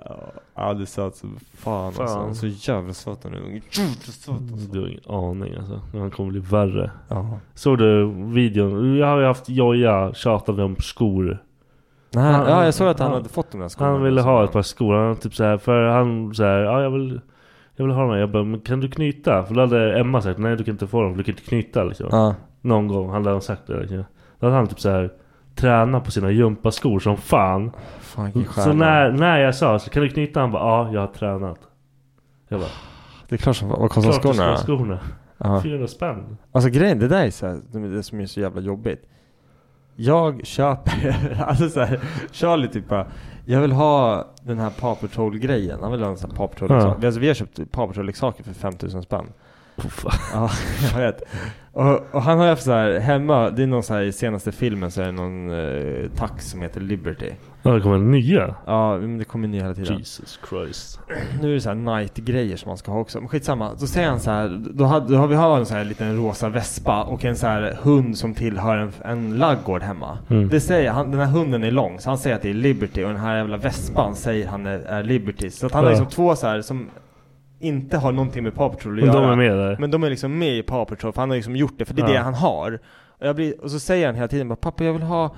Speaker 2: Ja du sa alltså, fan,
Speaker 3: Fan.
Speaker 2: alltså. Så jävla söt han är. ungen. Jävla söt alltså.
Speaker 3: Du har ingen aning alltså. Han kommer bli värre.
Speaker 2: Ja.
Speaker 3: Såg du videon? Jag har ju haft Joja tjatat om skor.
Speaker 2: Nej, ja, jag såg att han hade fått de där skorna.
Speaker 3: Han ville ha ett par skor. Han typ så här, för han så här, ja jag vill, jag vill ha dem. här." Jag bara, men kan du knyta? För då hade Emma sagt, nej du kan inte få dem för du kan inte knyta liksom.
Speaker 2: Ja.
Speaker 3: Någon gång, han hade sagt det liksom. Då hade han typ så här tränat på sina gympaskor som fan.
Speaker 2: Fan, vilken
Speaker 3: Mm. så
Speaker 2: stjärna.
Speaker 3: när, när jag sa, så kan du knyta? Han bara, ja jag har tränat. Jag bara,
Speaker 2: Det är klart som Vad kostar
Speaker 3: Klart det
Speaker 2: skorna?
Speaker 3: ska vara skorna.
Speaker 2: Ja.
Speaker 3: 400 spänn.
Speaker 2: Alltså grejen, det där är så här, det är det som är så jävla jobbigt. Jag köper, alltså så här, Charlie typ bara, jag vill ha den här Paw Patrol grejen. Han vill ha en sån här Paw Patrol
Speaker 3: Ja.
Speaker 2: alltså, vi har köpt Paw Patrol leksaker för 5000 spänn. Ja, jag vet. Och, och han har ju haft så här hemma, det är någon så här i senaste filmen så är det någon eh, tax som heter Liberty.
Speaker 3: Ja det kommer nya.
Speaker 2: Ja, men det kommer ju nya hela tiden.
Speaker 3: Jesus Christ.
Speaker 2: Nu är det så här night-grejer som man ska ha också. Men skitsamma. Då säger han så här. Då, hade, då har vi har en så här liten rosa vespa och en så här hund som tillhör en, en laggård hemma.
Speaker 3: Mm.
Speaker 2: Det säger han. Den här hunden är lång så han säger att det är Liberty och den här jävla vespan säger han är, är Liberty. Så att han har
Speaker 3: Ja.
Speaker 2: liksom två så här som inte har någonting med Paw Patrol att
Speaker 3: Men de
Speaker 2: göra.
Speaker 3: är med där.
Speaker 2: Men de är liksom med i Paw Patrol för han har liksom gjort det för det är
Speaker 3: Ja.
Speaker 2: det han har. Och, jag blir, och så säger han hela tiden bara pappa jag vill ha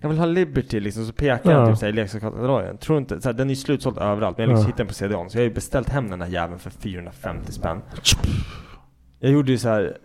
Speaker 2: jag vill ha Liberty liksom, så pekar han
Speaker 3: Ja.
Speaker 2: typ såhär i leksakskatalogen. Tror inte, såhär, den är ju slutsåld överallt men jag har liksom
Speaker 3: Ja.
Speaker 2: hittat den på CD-ON. Så jag har ju beställt hem den här jäveln för 450 spänn. Jag gjorde ju såhär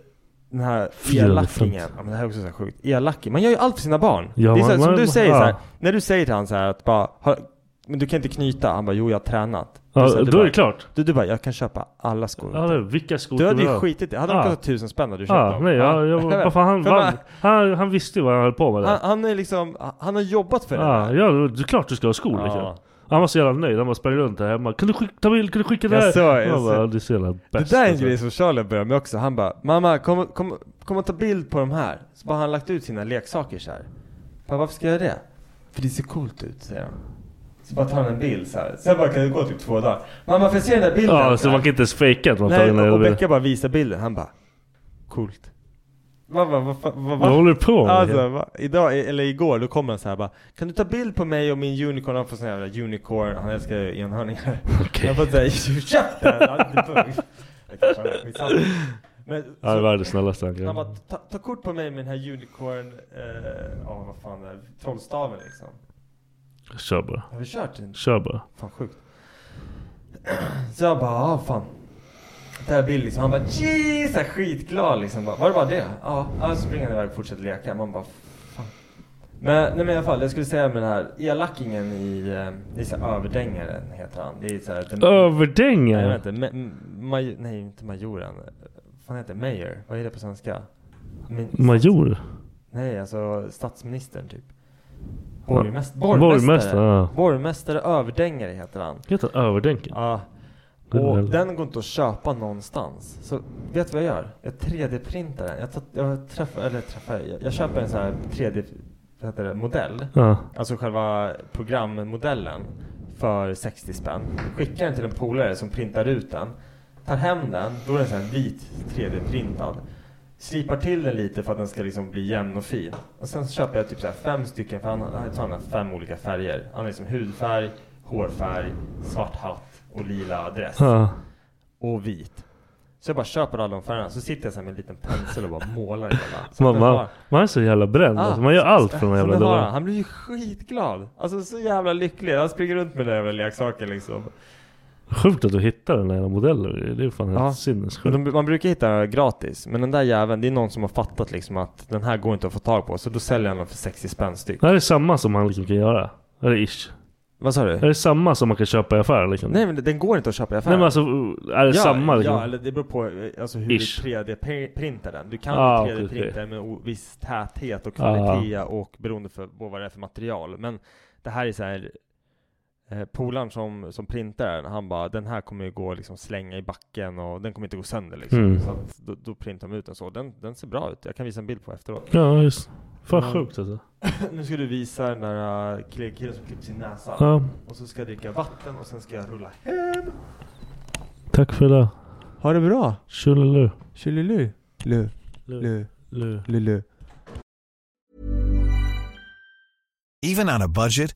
Speaker 2: den här
Speaker 3: 450.
Speaker 2: elakingen. Ja, men det här är också så här sjukt. Elaking. Man gör ju allt för sina barn.
Speaker 3: Ja,
Speaker 2: det är så här,
Speaker 3: man-
Speaker 2: som du
Speaker 3: man-
Speaker 2: säger
Speaker 3: ja.
Speaker 2: såhär. När du säger till han såhär att bara, "Har- men du kan inte knyta. Han bara, jo jag har tränat.
Speaker 3: Ja,
Speaker 2: så här,
Speaker 3: då är
Speaker 2: bara,
Speaker 3: det klart.
Speaker 2: Du, du bara, jag kan köpa alla skor.
Speaker 3: Ja, det, vilka skor
Speaker 2: Du
Speaker 3: ska
Speaker 2: hade
Speaker 3: vi
Speaker 2: ju
Speaker 3: ha?
Speaker 2: skitit i det. Hade de
Speaker 3: Ja.
Speaker 2: kostat tusen spänn hade du köpt
Speaker 3: Ja,
Speaker 2: dem.
Speaker 3: nej, jag, jag,
Speaker 2: vet.
Speaker 3: vad fan, han,
Speaker 2: För man-
Speaker 3: vann, han, han visste ju vad han höll på med där.
Speaker 2: Han, han är liksom, han har jobbat för det här.
Speaker 3: Ja, ja, det är klart du ska ha skor
Speaker 2: Ja.
Speaker 3: liksom. Han var så jävla nöjd, han bara sprang runt där hemma. Kan du skicka, ta bild, kan du skicka det
Speaker 2: Jag
Speaker 3: här?
Speaker 2: såg, jag
Speaker 3: jag bara,
Speaker 2: såg.
Speaker 3: "Ja, det är så jävla bäst.
Speaker 2: det där är en
Speaker 3: alltså."
Speaker 2: grej som Charlie börjar med också. Han bara, mamma kom, kom, kom och ta bild på de här. Så bara har han lagt ut sina leksaker så här. Bara, varför ska jag göra det? För det ser coolt ut, säger han. Så bara tar han en bild så här. Sen bara kan det gå typ två dagar. Mamma får jag se den där bilden?
Speaker 3: Ja, så man kan inte ens fejka att man tagit
Speaker 2: Nej,
Speaker 3: den
Speaker 2: och,
Speaker 3: där
Speaker 2: och
Speaker 3: bilden.
Speaker 2: Becka bara visar bilden. Han bara, coolt. Man bara, vad fan, vad,
Speaker 3: Vad
Speaker 2: vad?
Speaker 3: håller du på med?
Speaker 2: Alltså, va? idag, eller igår, då kom han så här bara Kan du ta bild på mig och min unicorn? Han får sån här jävla unicorn, han älskar ju enhörningar
Speaker 3: Okej.
Speaker 2: Jag får såhär, köp den! Han är inte pung. Jag kanske har- skitsamma. Men,
Speaker 3: Ja, det
Speaker 2: så-
Speaker 3: var det snällaste han
Speaker 2: han
Speaker 3: kunde.
Speaker 2: bara, ta, ta kort på mig med den här unicorn, eh, ja vad fan det är, trollstaven liksom
Speaker 3: Kör bara.
Speaker 2: Har vi kört den?
Speaker 3: Kör bara.
Speaker 2: Fan sjukt. Så jag bara, ja fan. Det här blir liksom, han bara jeez, så här skitglad liksom. Bara, Var det bara det? Ja, ja, så springer han iväg och fortsätter leka. Man bara, fan. Men, nej men i alla fall, jag skulle säga med den här elakingen i, eh, det är så här överdängaren heter han. Det är så här, den, Nej,
Speaker 3: Överdängare!
Speaker 2: vänta, me, m- maj, nej inte majoren. Vad fan heter det? Mayor? Vad är det på svenska? Min,
Speaker 3: Major?
Speaker 2: Nej, alltså statsministern typ. Borgmäst, borgmästare.
Speaker 3: Borgmästare,
Speaker 2: Borgmästare,
Speaker 3: ja.
Speaker 2: överdängare heter han.
Speaker 3: Heter han överdänken?
Speaker 2: Ja.
Speaker 3: Den
Speaker 2: Och
Speaker 3: är-
Speaker 2: den går inte att köpa någonstans. Så vet du vad jag gör? Jag 3D-printar den. Jag, tar, jag träffar, eller träffar, jag, jag köper en sån här 3D-modell.
Speaker 3: Ja.
Speaker 2: Alltså själva programmodellen för 60 spänn. Skickar den till en polare som printar ut den. Tar hem den, då är den så här vit 3D-printad. Slipar till den lite för att den ska liksom bli jämn och fin. Och sen så köper jag typ så här fem stycken, för han han tar den här fem olika färger. Han har liksom hudfärg, hårfärg, svart hatt och lila dress.
Speaker 3: Ja.
Speaker 2: Och vit. Så jag bara köper alla de färgerna, så sitter jag så här med en liten pensel och bara målar hela. Så
Speaker 3: Man,
Speaker 2: den
Speaker 3: man,
Speaker 2: har-
Speaker 3: man är så jävla bränd.
Speaker 2: Ah,
Speaker 3: alltså. Man gör allt för de
Speaker 2: så
Speaker 3: jävla
Speaker 2: det har
Speaker 3: dollarna.
Speaker 2: han. han blir ju skitglad. Alltså så jävla lycklig. Han springer runt med den där jävla leksaken liksom.
Speaker 3: Sjukt att du hittar den här modellen. Det är fan helt
Speaker 2: Ja.
Speaker 3: sinnessjukt.
Speaker 2: De, man brukar hitta den gratis, men den där jäveln, det är någon som har fattat liksom att den här går inte att få tag på, så då säljer han den för 60 spänn styck.
Speaker 3: Det här är samma som man liksom kan göra. Eller ish.
Speaker 2: Vad sa du?
Speaker 3: Är det samma som man kan köpa i affären liksom?
Speaker 2: Nej men den går inte att köpa i affären.
Speaker 3: Nej, men alltså, uh, är det
Speaker 2: ja,
Speaker 3: samma liksom?
Speaker 2: Ja, eller det beror på eh, alltså, hur
Speaker 3: Ish.
Speaker 2: du 3D-printar den. Du kan
Speaker 3: Ah,
Speaker 2: ju 3D-printa
Speaker 3: okej, okej. Ah.
Speaker 2: den med o- viss täthet och kvalitet och beroende på vad det är för material. Men det här är så här eh, Polaren som, som printar den, han bara den här kommer ju gå liksom slänga i backen och den kommer inte gå sönder liksom.
Speaker 3: Mm.
Speaker 2: Så att, då, då printar de ut den så. Den, den ser bra ut. Jag kan visa en bild på efteråt.
Speaker 3: Ja, just. Fan
Speaker 2: Men-
Speaker 3: sjukt alltså.
Speaker 2: nu ska du visa den där eh, kille- killen som klippt sin näsa.
Speaker 3: Ja.
Speaker 2: Och så ska jag dricka vatten och sen ska jag rulla hem.
Speaker 3: Tack för idag.
Speaker 2: Ha det bra.
Speaker 3: Tjolilu.
Speaker 2: Tjolilu. Lu.
Speaker 3: Lu. Lu.
Speaker 2: Lulu.
Speaker 5: Even on a budget,